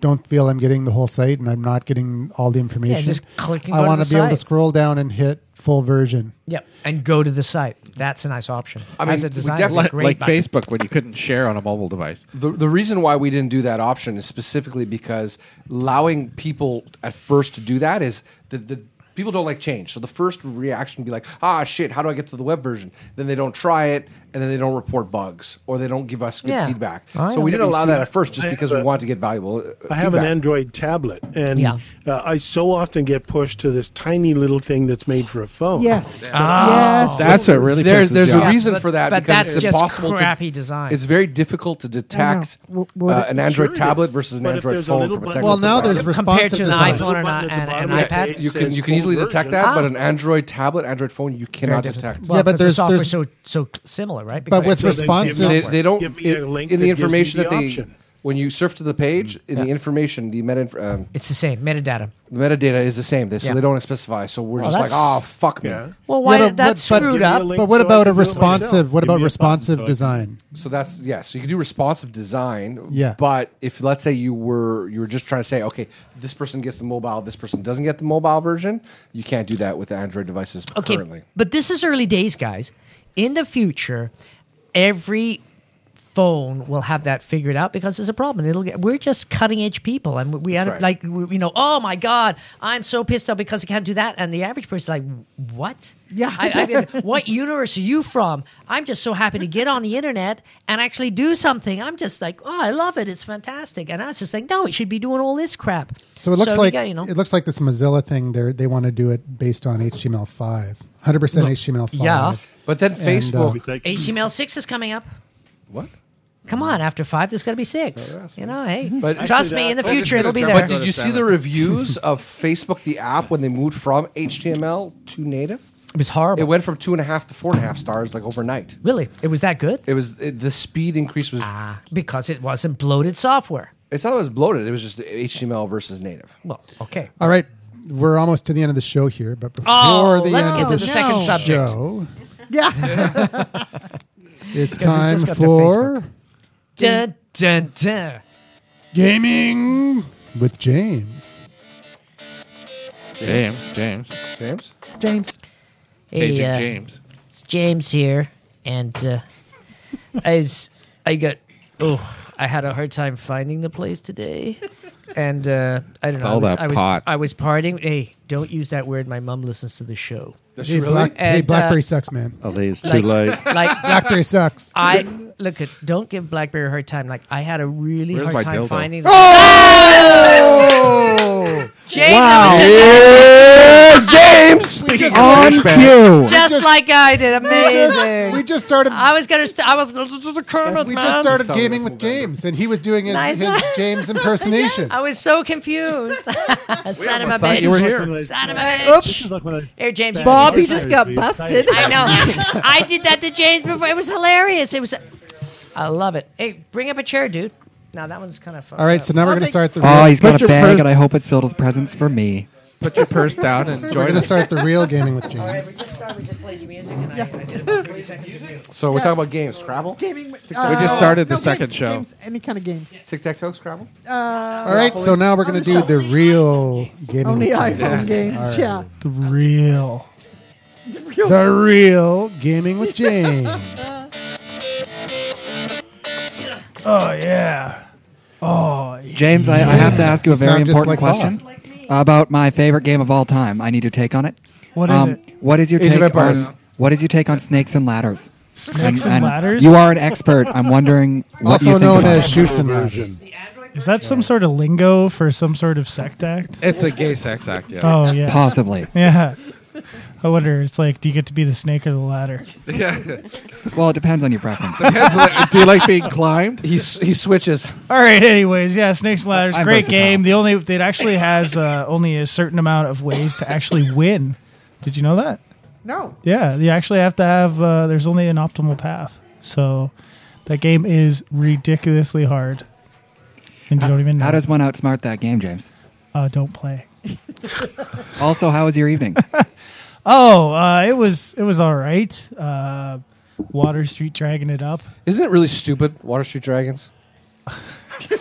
S1: don't feel I'm getting the whole site and I'm not getting all the information,
S2: just click and
S1: I
S2: go to
S1: wanna
S2: the
S1: be able to
S2: site.
S1: scroll down and hit full version.
S2: Yep, and go to the site. That's a nice option.
S8: I mean,
S2: As a
S8: we
S2: designer,
S8: definitely-
S2: great
S8: like
S2: button.
S4: Facebook when you couldn't share on a mobile device.
S8: The, the reason why we didn't do that option is specifically because allowing people at first to do that is that the people don't like change. So the first reaction would be like, ah, shit, how do I get to the web version? Then they don't try it, and then they don't report bugs, or they don't give us good
S5: Yeah.
S8: feedback.
S5: I
S8: so we
S5: know.
S8: didn't allow
S5: See,
S8: that at first
S5: I
S8: just
S5: have
S8: because we
S5: a-
S8: wanted to get valuable. uh,
S5: I have an
S8: feedback.
S5: Android tablet, and
S8: Yeah.
S5: uh, I so often get pushed to this tiny little thing that's made for a phone.
S6: Yes.
S8: Ah. Yes. That's what really
S5: There's-
S8: pisses there's me a off. reason
S2: But-
S8: for that
S2: But
S8: because
S2: that's
S8: it's
S2: just
S8: impossible to-
S2: crappy design.
S8: It's very difficult to detect
S6: W-
S2: what
S8: uh,
S2: it-
S8: an Android
S2: sure it is.
S8: tablet versus an
S2: But if
S8: Android
S2: there's a
S8: phone.
S2: little
S8: from a
S2: button-
S8: technical
S2: Well, now
S8: perspective.
S2: there's Compared to responsive an design. iPhone and a- and an iPad?
S8: you can you can easily detect that, but an Android tablet, Android phone, you cannot
S2: different.
S8: detect.
S2: Well, Yeah, but because the there's- software's there's- so- so similar, right?
S1: But with Because- responsive-
S8: they, they don't
S1: Give me
S8: in,
S1: a link
S8: in the
S1: that gives me
S8: information
S1: the
S8: that they
S1: option.
S8: when you surf to the page in the
S2: Yeah.
S8: information the meta um,
S2: it's the same metadata.
S8: The metadata is the same, they, so
S2: Yeah.
S8: they don't specify. So we're
S2: Well,
S8: just like,
S2: that's-
S8: oh fuck me.
S2: Well, why
S1: Yeah,
S2: did that screwed up?
S1: But what about a responsive? What about responsive design?
S8: So that's yeah. So you can do responsive design.
S1: Yeah.
S8: But if let's say you were you were just trying to say, okay, this person gets the mobile, this person doesn't get the mobile version, you can't do that with Android devices
S2: Okay,
S8: currently.
S2: but this is early days, guys. In the future, every phone will have that figured out because it's a problem. It'll get, we're just cutting edge people, and we- we had
S12: right.
S2: like we, you know, oh my god, I'm so pissed off because I can't do that. And the average person like, what? Yeah, I, I mean, what universe are you from? I'm just so happy to get on the internet and actually do something. I'm just like, oh, I love it. It's fantastic. And I was just like, no, it should be doing all this crap.
S1: So it looks
S2: you
S1: like
S2: got, you know,
S1: it looks like this Mozilla thing. They they want to do it based on HTML5, 100 percent
S2: Look,
S1: HTML5.
S2: yeah.
S8: But then
S1: And, uh,
S2: Facebook, HTML6 is coming up.
S8: What?
S2: Come on, after five, there's going to be six. you know, hey,
S8: But
S2: trust
S7: uh,
S2: me, in the future, it'll be there.
S8: But did you see the reviews of Facebook, the app, when they moved from HTML to native?
S2: It was horrible.
S8: It went from two and a half to four and a half stars, like overnight.
S2: Really, it was that good? Ah,
S8: It was it, the speed increase was
S2: because it wasn't bloated software.
S8: It's not that it was bloated. It was just HTML versus native.
S2: Well, okay.
S1: All right, we're almost to the end of the show here, but before
S2: Oh,
S1: the
S2: let's
S1: end
S2: get to
S1: of
S2: the second subject.
S1: show,
S2: Yeah.
S1: it's
S2: Because we
S1: time
S2: just got to
S1: for
S2: dun, dun, dun.
S1: gaming with James.
S4: James, James,
S8: James,
S6: James.
S2: Hey,
S4: Agent
S2: uh,
S4: James.
S2: It's James here, and uh, I, was, I got oh, I had a hard time finding the place today. and uh, I don't
S4: It's
S2: know. I
S4: all
S2: was,
S4: that
S2: I was
S4: pot.
S2: I was partying. Hey, don't use that word. My mum listens to the show. uh,
S1: Does she Hey, really? Black- hey, Blackberry sucks, man.
S7: Oh, hey, it's too late.
S2: Like
S1: Blackberry sucks.
S2: I look at. Don't give Blackberry a hard time. Like I had a really
S4: Where's my
S2: hard time
S4: dildo?
S2: finding.
S1: Oh!
S2: James,
S12: Wow.
S2: that was
S7: James!
S2: We just-
S7: On cue.
S2: Just like I did,
S1: just-
S2: amazing.
S1: we just started.
S2: I was gonna. St- I was gonna. The Colonel,
S1: We just started gaming with James, and he was doing his,
S2: Nice.
S1: his James impersonation.
S2: I was so confused. Son of a
S1: thought
S2: bitch!
S1: you were here.
S2: Son of a bitch!
S1: Oops.
S9: This is like one of those
S2: Here, James.
S9: bad
S2: Bob, you
S9: stories
S2: just
S12: got
S9: we
S12: busted.
S9: say.
S2: I know. I did that to James before. It was hilarious. It was. I love it. Hey, bring up a chair, dude. Now that one's kind of fun.
S1: All right, so now we're going to start the.
S10: Oh,
S1: real-
S10: he's got a bag, and I hope it's filled with presents for me.
S4: Put your purse down and
S1: So
S4: join
S1: we're going to
S4: us.
S1: start the real gaming with James.
S2: we just started. We just played you music, and I, I did about three seconds of music.
S8: So we're talking about games. Scrabble.
S6: Gaming.
S4: We just started the second
S6: Uh, games,
S4: show.
S6: Games, any kind of games.
S8: Tic tac toe. Scrabble.
S6: Uh,
S1: All right, so now we're going to do the real gaming.
S6: Only
S1: with
S6: iPhone
S1: James.
S6: games,
S1: All
S6: yeah.
S1: The real. The real gaming with James.
S10: Oh yeah. Oh, James, I, I have to ask you a
S1: You
S10: very
S1: sound just
S10: important
S1: like
S10: question about my favorite game of all time. I need your take on it. Um,
S13: What is it?
S10: What is your
S13: Age of
S10: take
S13: Empires.
S10: on what is your take on snakes and ladders?
S13: Snakes and ladders?
S10: You are an expert. I'm wondering what
S1: Also
S10: you think
S1: known
S10: about
S1: as
S10: it.
S1: shoots and ladders.
S13: Is that some sort of lingo for some sort of sect act?
S4: It's a gay sex act. Yeah.
S13: Oh yeah,
S10: Possibly.
S13: Yeah. I wonder. It's like, do you get to be the snake or the ladder?
S4: Yeah.
S10: Well, it depends on your preference.
S4: Do you like being climbed?
S8: He s- he switches.
S13: All right. Anyways, yeah, Snakes and Ladders,
S10: I'm
S13: great
S10: versatile.
S13: game. The only it actually has uh, only a certain amount of ways to actually win. Did you know that?
S6: No.
S13: Yeah, you actually have to have. Uh, there's only an optimal path. So that game is ridiculously hard, and you don't even know.
S10: How does one outsmart that game, James?
S13: uh, don't play.
S10: Also, how was your evening?
S13: Oh, uh, it was it was all right. Uh, Water Street dragging it up.
S8: Isn't it really stupid? Water Street Dragons.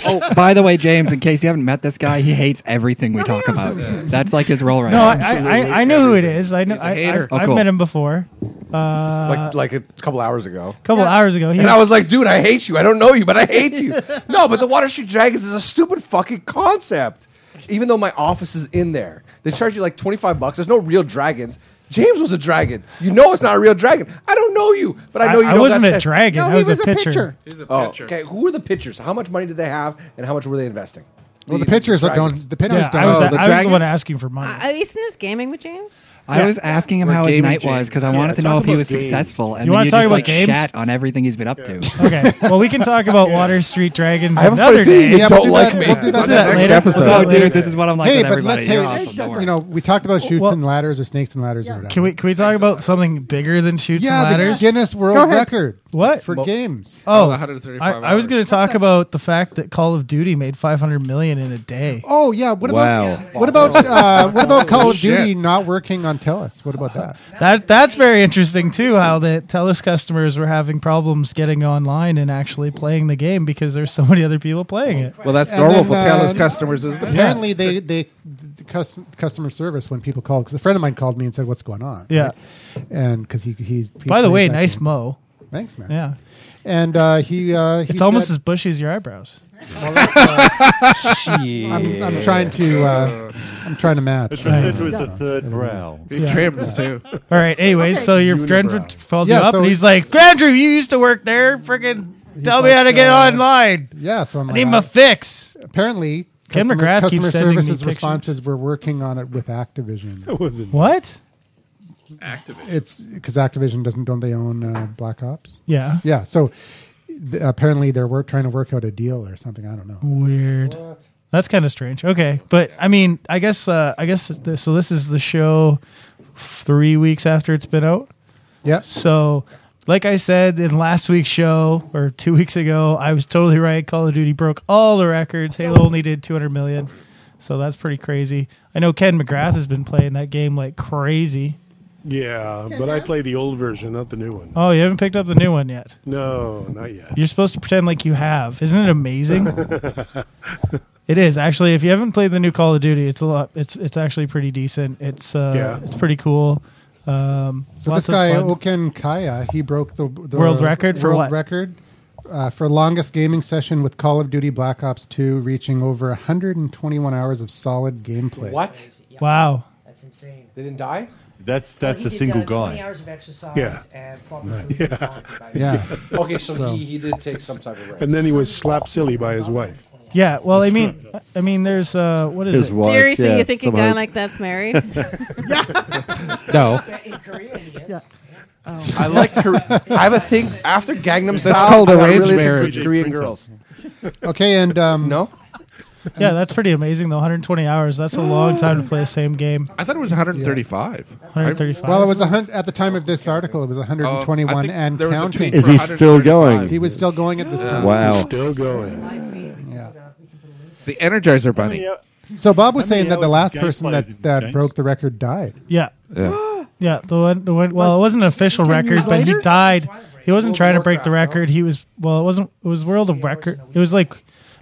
S10: oh, by the way, James, in case you haven't met this guy, he hates everything we talk about. That's like his role right
S13: No,
S10: now.
S13: I, I, I, I know who it is. I know.
S4: He's a
S13: I,
S4: hater.
S13: have
S10: Oh, cool.
S13: I've met him before. Uh,
S8: like like a couple hours ago.
S13: a couple hours ago. He
S8: And I was like, dude, I hate you. I don't know you, but I hate you. no, but the Water Street Dragons is a stupid fucking concept. Even though my office is in there, they charge you like 25 bucks. There's no real dragons. James was a dragon. You know it's not a real dragon. I don't know you, but I know
S13: I-
S8: you
S13: I
S8: know
S13: wasn't
S8: that's
S13: a
S8: it.
S13: dragon. No, I he was a was a pitcher. pitcher.
S8: Oh, okay. Who were the pitchers? How much money did they have and how much were they investing?
S1: Well, the pitchers are
S8: dragons.
S1: don't. The pitchers
S13: I
S1: don't.
S13: was, I was the
S4: dragons?
S13: one asking for money.
S3: Uh, isn't this gaming with James?
S10: I
S13: Yeah.
S10: was asking him
S4: We're
S10: how his
S4: gaming
S10: night was
S4: James.
S10: because I
S4: Yeah,
S10: wanted to
S4: talk
S10: know if he
S4: about
S10: was
S4: games.
S10: successful, and
S13: You
S10: then
S13: wanna
S10: you
S13: talk
S10: just
S13: about
S10: like
S13: games?
S10: chat on everything he's been up to.
S13: okay, well, we can talk about Water Street Dragons
S8: I have a funny
S13: another
S8: feeling
S13: day.
S8: you
S1: Yeah, we'll
S8: don't
S1: do
S8: like
S1: that-
S8: me.
S1: we'll do that
S8: On the
S1: later.
S8: next
S13: Later.
S8: episode.
S13: We'll
S10: Oh,
S13: do that later.
S10: dude, this is what I'm like
S1: hey,
S10: with
S1: but
S10: everybody.
S1: let's
S10: You're
S1: hey,
S10: awesome. Don't worry.
S1: you know, we talked about shoots
S13: Well-
S1: and ladders or snakes and ladders or whatever.
S13: Can we can we talk about something bigger than shoots
S1: yeah,
S13: and
S1: the
S13: ladders?
S1: Guinness
S6: Go
S1: World
S6: ahead.
S1: Record
S13: What?
S1: for games.
S13: Oh,
S4: Oh, 135
S13: I, I was going to talk about the fact that Call of Duty made 500 million in a day.
S1: Oh yeah, what
S4: Wow.
S1: about what about uh, what about Call of
S4: Shit.
S1: Duty not working on Telus? What about that?
S13: That that's very interesting too. How the Telus customers were having problems getting online and actually playing the game because there's so many other people playing it.
S4: Well, that's
S1: And
S4: normal
S1: then,
S4: for Telus
S1: uh,
S4: customers, isn't it?
S1: Apparently, they they the custom, customer service when people call because a friend of mine called me and said what's going on.
S13: Yeah.
S1: right? and because he he's he
S13: By the
S1: plays
S13: way,
S1: that
S13: nice
S1: game.
S13: mo.
S1: Thanks, man.
S13: Yeah,
S1: and uh, he uh, he
S13: it's almost
S1: said-
S13: as bushy as your eyebrows.
S1: uh, I'm, I'm trying to uh, I'm trying to match.
S9: It's referred to as the third brow.
S4: He trims too.
S13: All right. Anyways, so your friend
S8: unibrow.
S13: called
S1: Yeah,
S13: you up
S1: so
S13: and
S1: he-
S13: he's like, "Andrew, you used to work there. Freaking tell me
S1: like,
S13: how to get
S1: uh,
S13: online.
S1: Yeah, so I'm
S13: I
S1: like,
S13: need
S1: I-
S13: my fix."
S1: apparently
S13: Ken
S1: customer,
S13: McGrath keeps
S1: customer
S13: sending me
S1: services
S13: pictures.
S1: responses were working on it with Activision.
S13: What?
S1: It's because Activision doesn't don't they own uh, Black Ops?
S13: Yeah.
S1: Yeah, so th- apparently they're work, trying to work out a deal or something. I don't know.
S13: Weird. That's kind of strange. Okay, but I mean, I guess, uh, I guess. This, so this is the show three weeks after it's been out.
S1: Yeah,
S13: So, like I said in last week's show or two weeks ago, I was totally right. Call of Duty broke all the records. Halo only did 200 million. So that's pretty crazy. I know Ken McGrath has been playing that game like crazy.
S5: Yeah, but I play the old version, not the new one.
S13: Oh, you haven't picked up the new one yet.
S5: No, not yet.
S13: You're supposed to pretend like you have. Isn't it amazing? it is actually. If you haven't played the new Call of Duty, it's a lot. It's it's actually pretty decent. It's uh,
S5: Yeah.
S13: it's pretty cool. Um,
S1: So
S13: lots
S1: this guy
S13: of fun.
S1: Oken Kaya, he broke the, the
S13: World record for
S1: world
S13: what?
S1: record uh, for longest gaming session with Call of Duty Black Ops 2, reaching over 121 hours of solid gameplay.
S8: What?
S1: Wow.
S2: That's insane.
S8: They didn't die?
S9: That's that's
S2: he
S9: a
S2: did,
S9: single
S2: uh, 20
S9: guy.
S2: hours of exercise
S5: Yeah.
S2: and proper
S5: Right.
S2: food and all that kind of
S1: Yeah.
S8: Okay, so, He, he did take some type of rest.
S5: and then he was slapped silly by his wife.
S13: Yeah, well, I mean, I mean, there's uh, what is
S5: His
S13: it?
S5: wife,
S3: Seriously, you think a guy like that's married?
S4: No.
S3: In Korea, he is.
S8: I like. Kor- I have a thing after Gangnam
S1: That's
S8: Style.
S1: called
S8: I got
S1: arranged
S8: really into
S1: marriage.
S8: Kor- Korean girls.
S1: Okay, and um,
S8: no.
S13: Yeah, that's pretty amazing. though. 120 hours. That's a long time to play the same game.
S4: I thought it was 135.
S13: 135.
S1: Well, it was a hun- at the time of this article. It was 121
S4: Oh, I think
S1: and
S4: there was a
S1: counting.
S4: tweet Is for he
S7: still 135. going?
S1: He was still going at this time.
S7: Wow. He's
S5: still going.
S1: Yeah.
S4: It's the Energizer Bunny.
S1: So Bob was
S13: How many
S1: saying that the
S13: hours
S1: last
S13: of
S1: person
S13: gameplay
S1: that,
S13: is it,
S1: that
S13: James?
S1: broke the record died.
S13: Yeah.
S4: Yeah.
S13: yeah. The one, the one, well, it wasn't an official
S1: Ten
S13: record,
S1: years
S13: but he
S1: later?
S13: died. He wasn't
S1: World of
S13: trying to break the record. He was well, it wasn't. It was World of Record. It was like,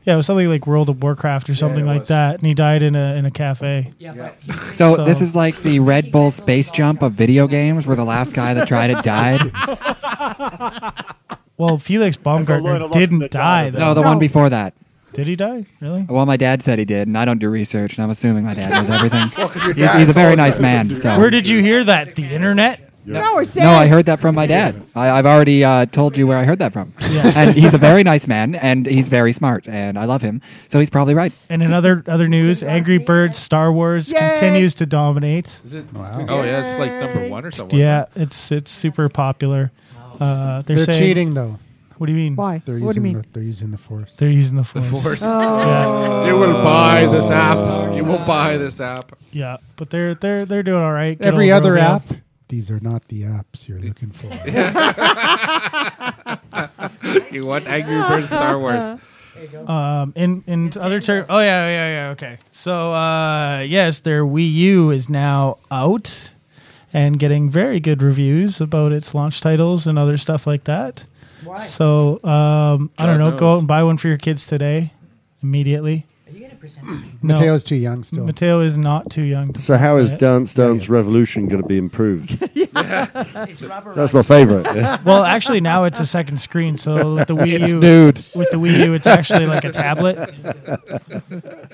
S13: yeah, it was something like World of Warcraft or something like that. And he died in a in a cafe. Yeah.
S10: So, this is like the Red Bull space jump of video games, where the last guy that tried it died.
S13: Well, Felix Baumgartner didn't die. Though.
S10: No, the one before that.
S13: Did he die? Really?
S10: Well, my dad said he did, and I don't do research, and I'm assuming my dad knows everything.
S13: Well, 'cause your
S10: he's,
S13: dad's
S10: he's a very
S13: all
S10: nice
S13: done.
S10: man. So.
S13: Where did you hear that? The internet.
S6: No, it's
S10: No, I heard that from my dad. I, I've already uh, told you where I heard that from.
S13: Yeah.
S10: And he's a very nice man, and he's very smart, and I love him. So he's probably right.
S13: And in other other news, Angry Birds Star Wars continues to dominate.
S4: Wow. Oh yeah, it's like number one or something.
S13: Yeah, it's it's super popular. Uh, they're
S1: They're
S13: saying-
S1: cheating, though.
S13: What do you mean?
S6: Why?
S1: They're
S13: What do you
S1: using
S13: mean?
S1: The, they're using the force.
S13: They're using the force.
S4: Force.
S13: Yeah.
S4: You will buy this app. You will buy this app.
S13: Yeah, but they're they're they're doing all right. Good
S1: Every
S13: old
S1: other
S13: Rovio.
S1: app. These are not the apps you're looking for.
S4: you want Angry Birds Star Wars?
S13: Um, and and other term. Oh yeah, yeah, yeah. Okay. So uh, yes, their Wii U is now out and getting very good reviews about its launch titles and other stuff like that.
S2: Why?
S13: So um, I don't
S2: God
S13: know. Go
S2: knows.
S13: out and buy one for your kids today, immediately. Are you gonna present?
S1: Mateo's too young still.
S13: Mateo is not too young. to
S7: So how
S13: play
S7: is
S13: it.
S7: Dance Dance Revolution going to be improved?
S13: It's
S7: That's my favorite.
S13: well, actually, now it's a second screen. So with the Wii
S7: It's
S13: U,
S7: nude.
S13: with the Wii U, it's actually like a tablet.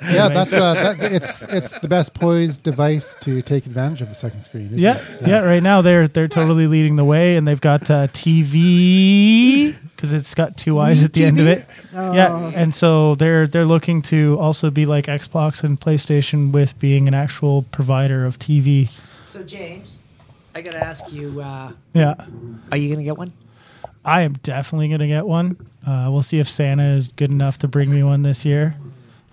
S1: yeah, that's uh, that, it's it's the best poised device to take advantage of the second screen. isn't
S13: Yeah,
S1: it?
S13: yeah. Right now, they're they're totally leading the way, and they've got uh, TV because it's got two eyes at the end of it. Yeah,
S6: Oh.
S13: and so they're they're looking to also be like Xbox and PlayStation with being an actual provider of TV.
S2: So James, I gotta ask you. Uh,
S13: Yeah.
S2: Are you gonna get one?
S13: I am definitely going to get one. Uh, we'll see if Santa is good enough to bring me one this year.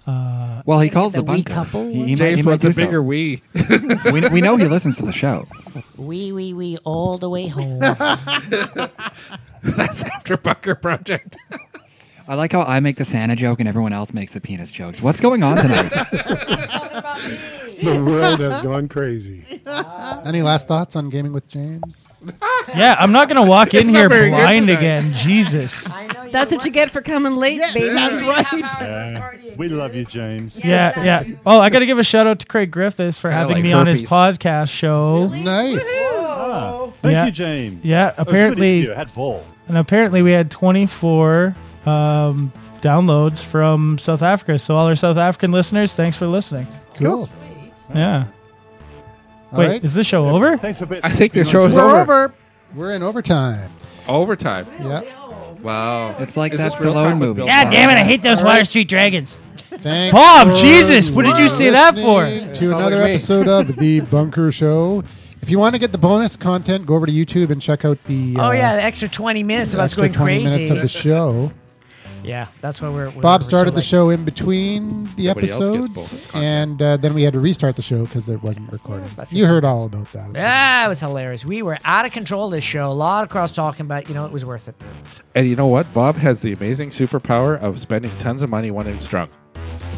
S13: Uh,
S10: Well, he calls the bunker. He, he might, he
S4: James
S10: might
S4: wants
S10: do
S4: a
S10: so.
S4: bigger Wii.
S10: we, we know he listens to the show.
S2: Wee wee wee all the way home.
S4: That's after Bunker Project.
S10: I like how I make the Santa joke and everyone else makes the penis jokes. What's going on tonight?
S5: The world has gone crazy.
S1: Any last thoughts on gaming with James?
S13: yeah, I'm not going to walk in
S1: It's not
S13: here
S1: very good
S13: blind
S1: tonight.
S13: again. Jesus.
S3: That's what you get for coming late, baby. That's right.
S9: Yeah. We love you, James.
S13: Yeah, yeah. Oh, I got to give a shout out to Craig Griffiths for having
S9: like
S13: me on his
S9: herpes.
S13: podcast show.
S1: Nice.
S9: Ah, thank
S13: Yeah.
S9: you, James.
S13: Yeah,
S9: That was good
S13: apparently-
S9: interview. I had ball.
S13: And apparently, we had 24 um, downloads from South Africa. So, all our South African listeners, thanks for listening.
S1: Cool.
S13: Yeah.
S1: All
S13: Wait,
S1: right.
S13: is this show over?
S9: Thanks for bit.
S4: I think the show is
S1: We're
S4: over.
S1: over. We're in overtime.
S4: Overtime.
S1: Yeah.
S4: Wow.
S10: It's like
S4: Is
S10: that
S4: this real
S10: Stallone
S4: time with
S10: movie.
S4: Bill
S13: God
S4: Murray?
S13: damn it, I hate those
S1: All right.
S13: Water Street Dragons.
S1: Thanks
S13: Bob,
S1: for
S13: Jesus, what did you say that for?
S1: listening
S13: Sounds
S1: To
S13: like
S1: another
S13: me.
S1: episode of The Bunker Show. If you want to get the bonus content, go over to YouTube and check out the.
S2: oh
S1: uh,
S2: yeah, the extra twenty minutes of us
S1: extra
S2: going
S1: 20
S2: crazy.
S1: minutes of the show.
S2: yeah, that's why we're. we're
S1: Bob
S2: we're so
S1: started the
S2: late.
S1: show in between the
S4: Everybody else gets bonus
S1: episodes, and uh, then we had to restart the show because it wasn't recorded. You heard all about that.
S2: Yeah, Ah, it was hilarious. We were out of control this show. A lot of cross talking, but you know it was worth it.
S4: And you know what? Bob has the amazing superpower of spending tons of money when he's drunk.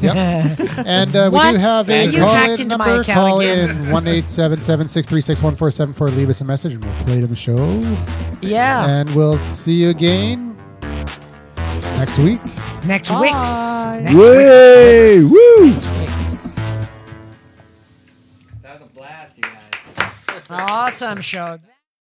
S1: Yep. and uh, we
S2: What?
S1: do have a
S2: Yeah, you
S1: call
S2: hacked
S1: in
S2: into my
S1: number.
S2: account
S1: Call
S2: again.
S1: in one eight seven seven six three six one four seven four. Leave us a message, and we'll play it in the show.
S2: Yeah.
S1: And we'll see you again next week.
S2: Next week's. Next
S7: Way! Woo!
S2: week's. Awesome show.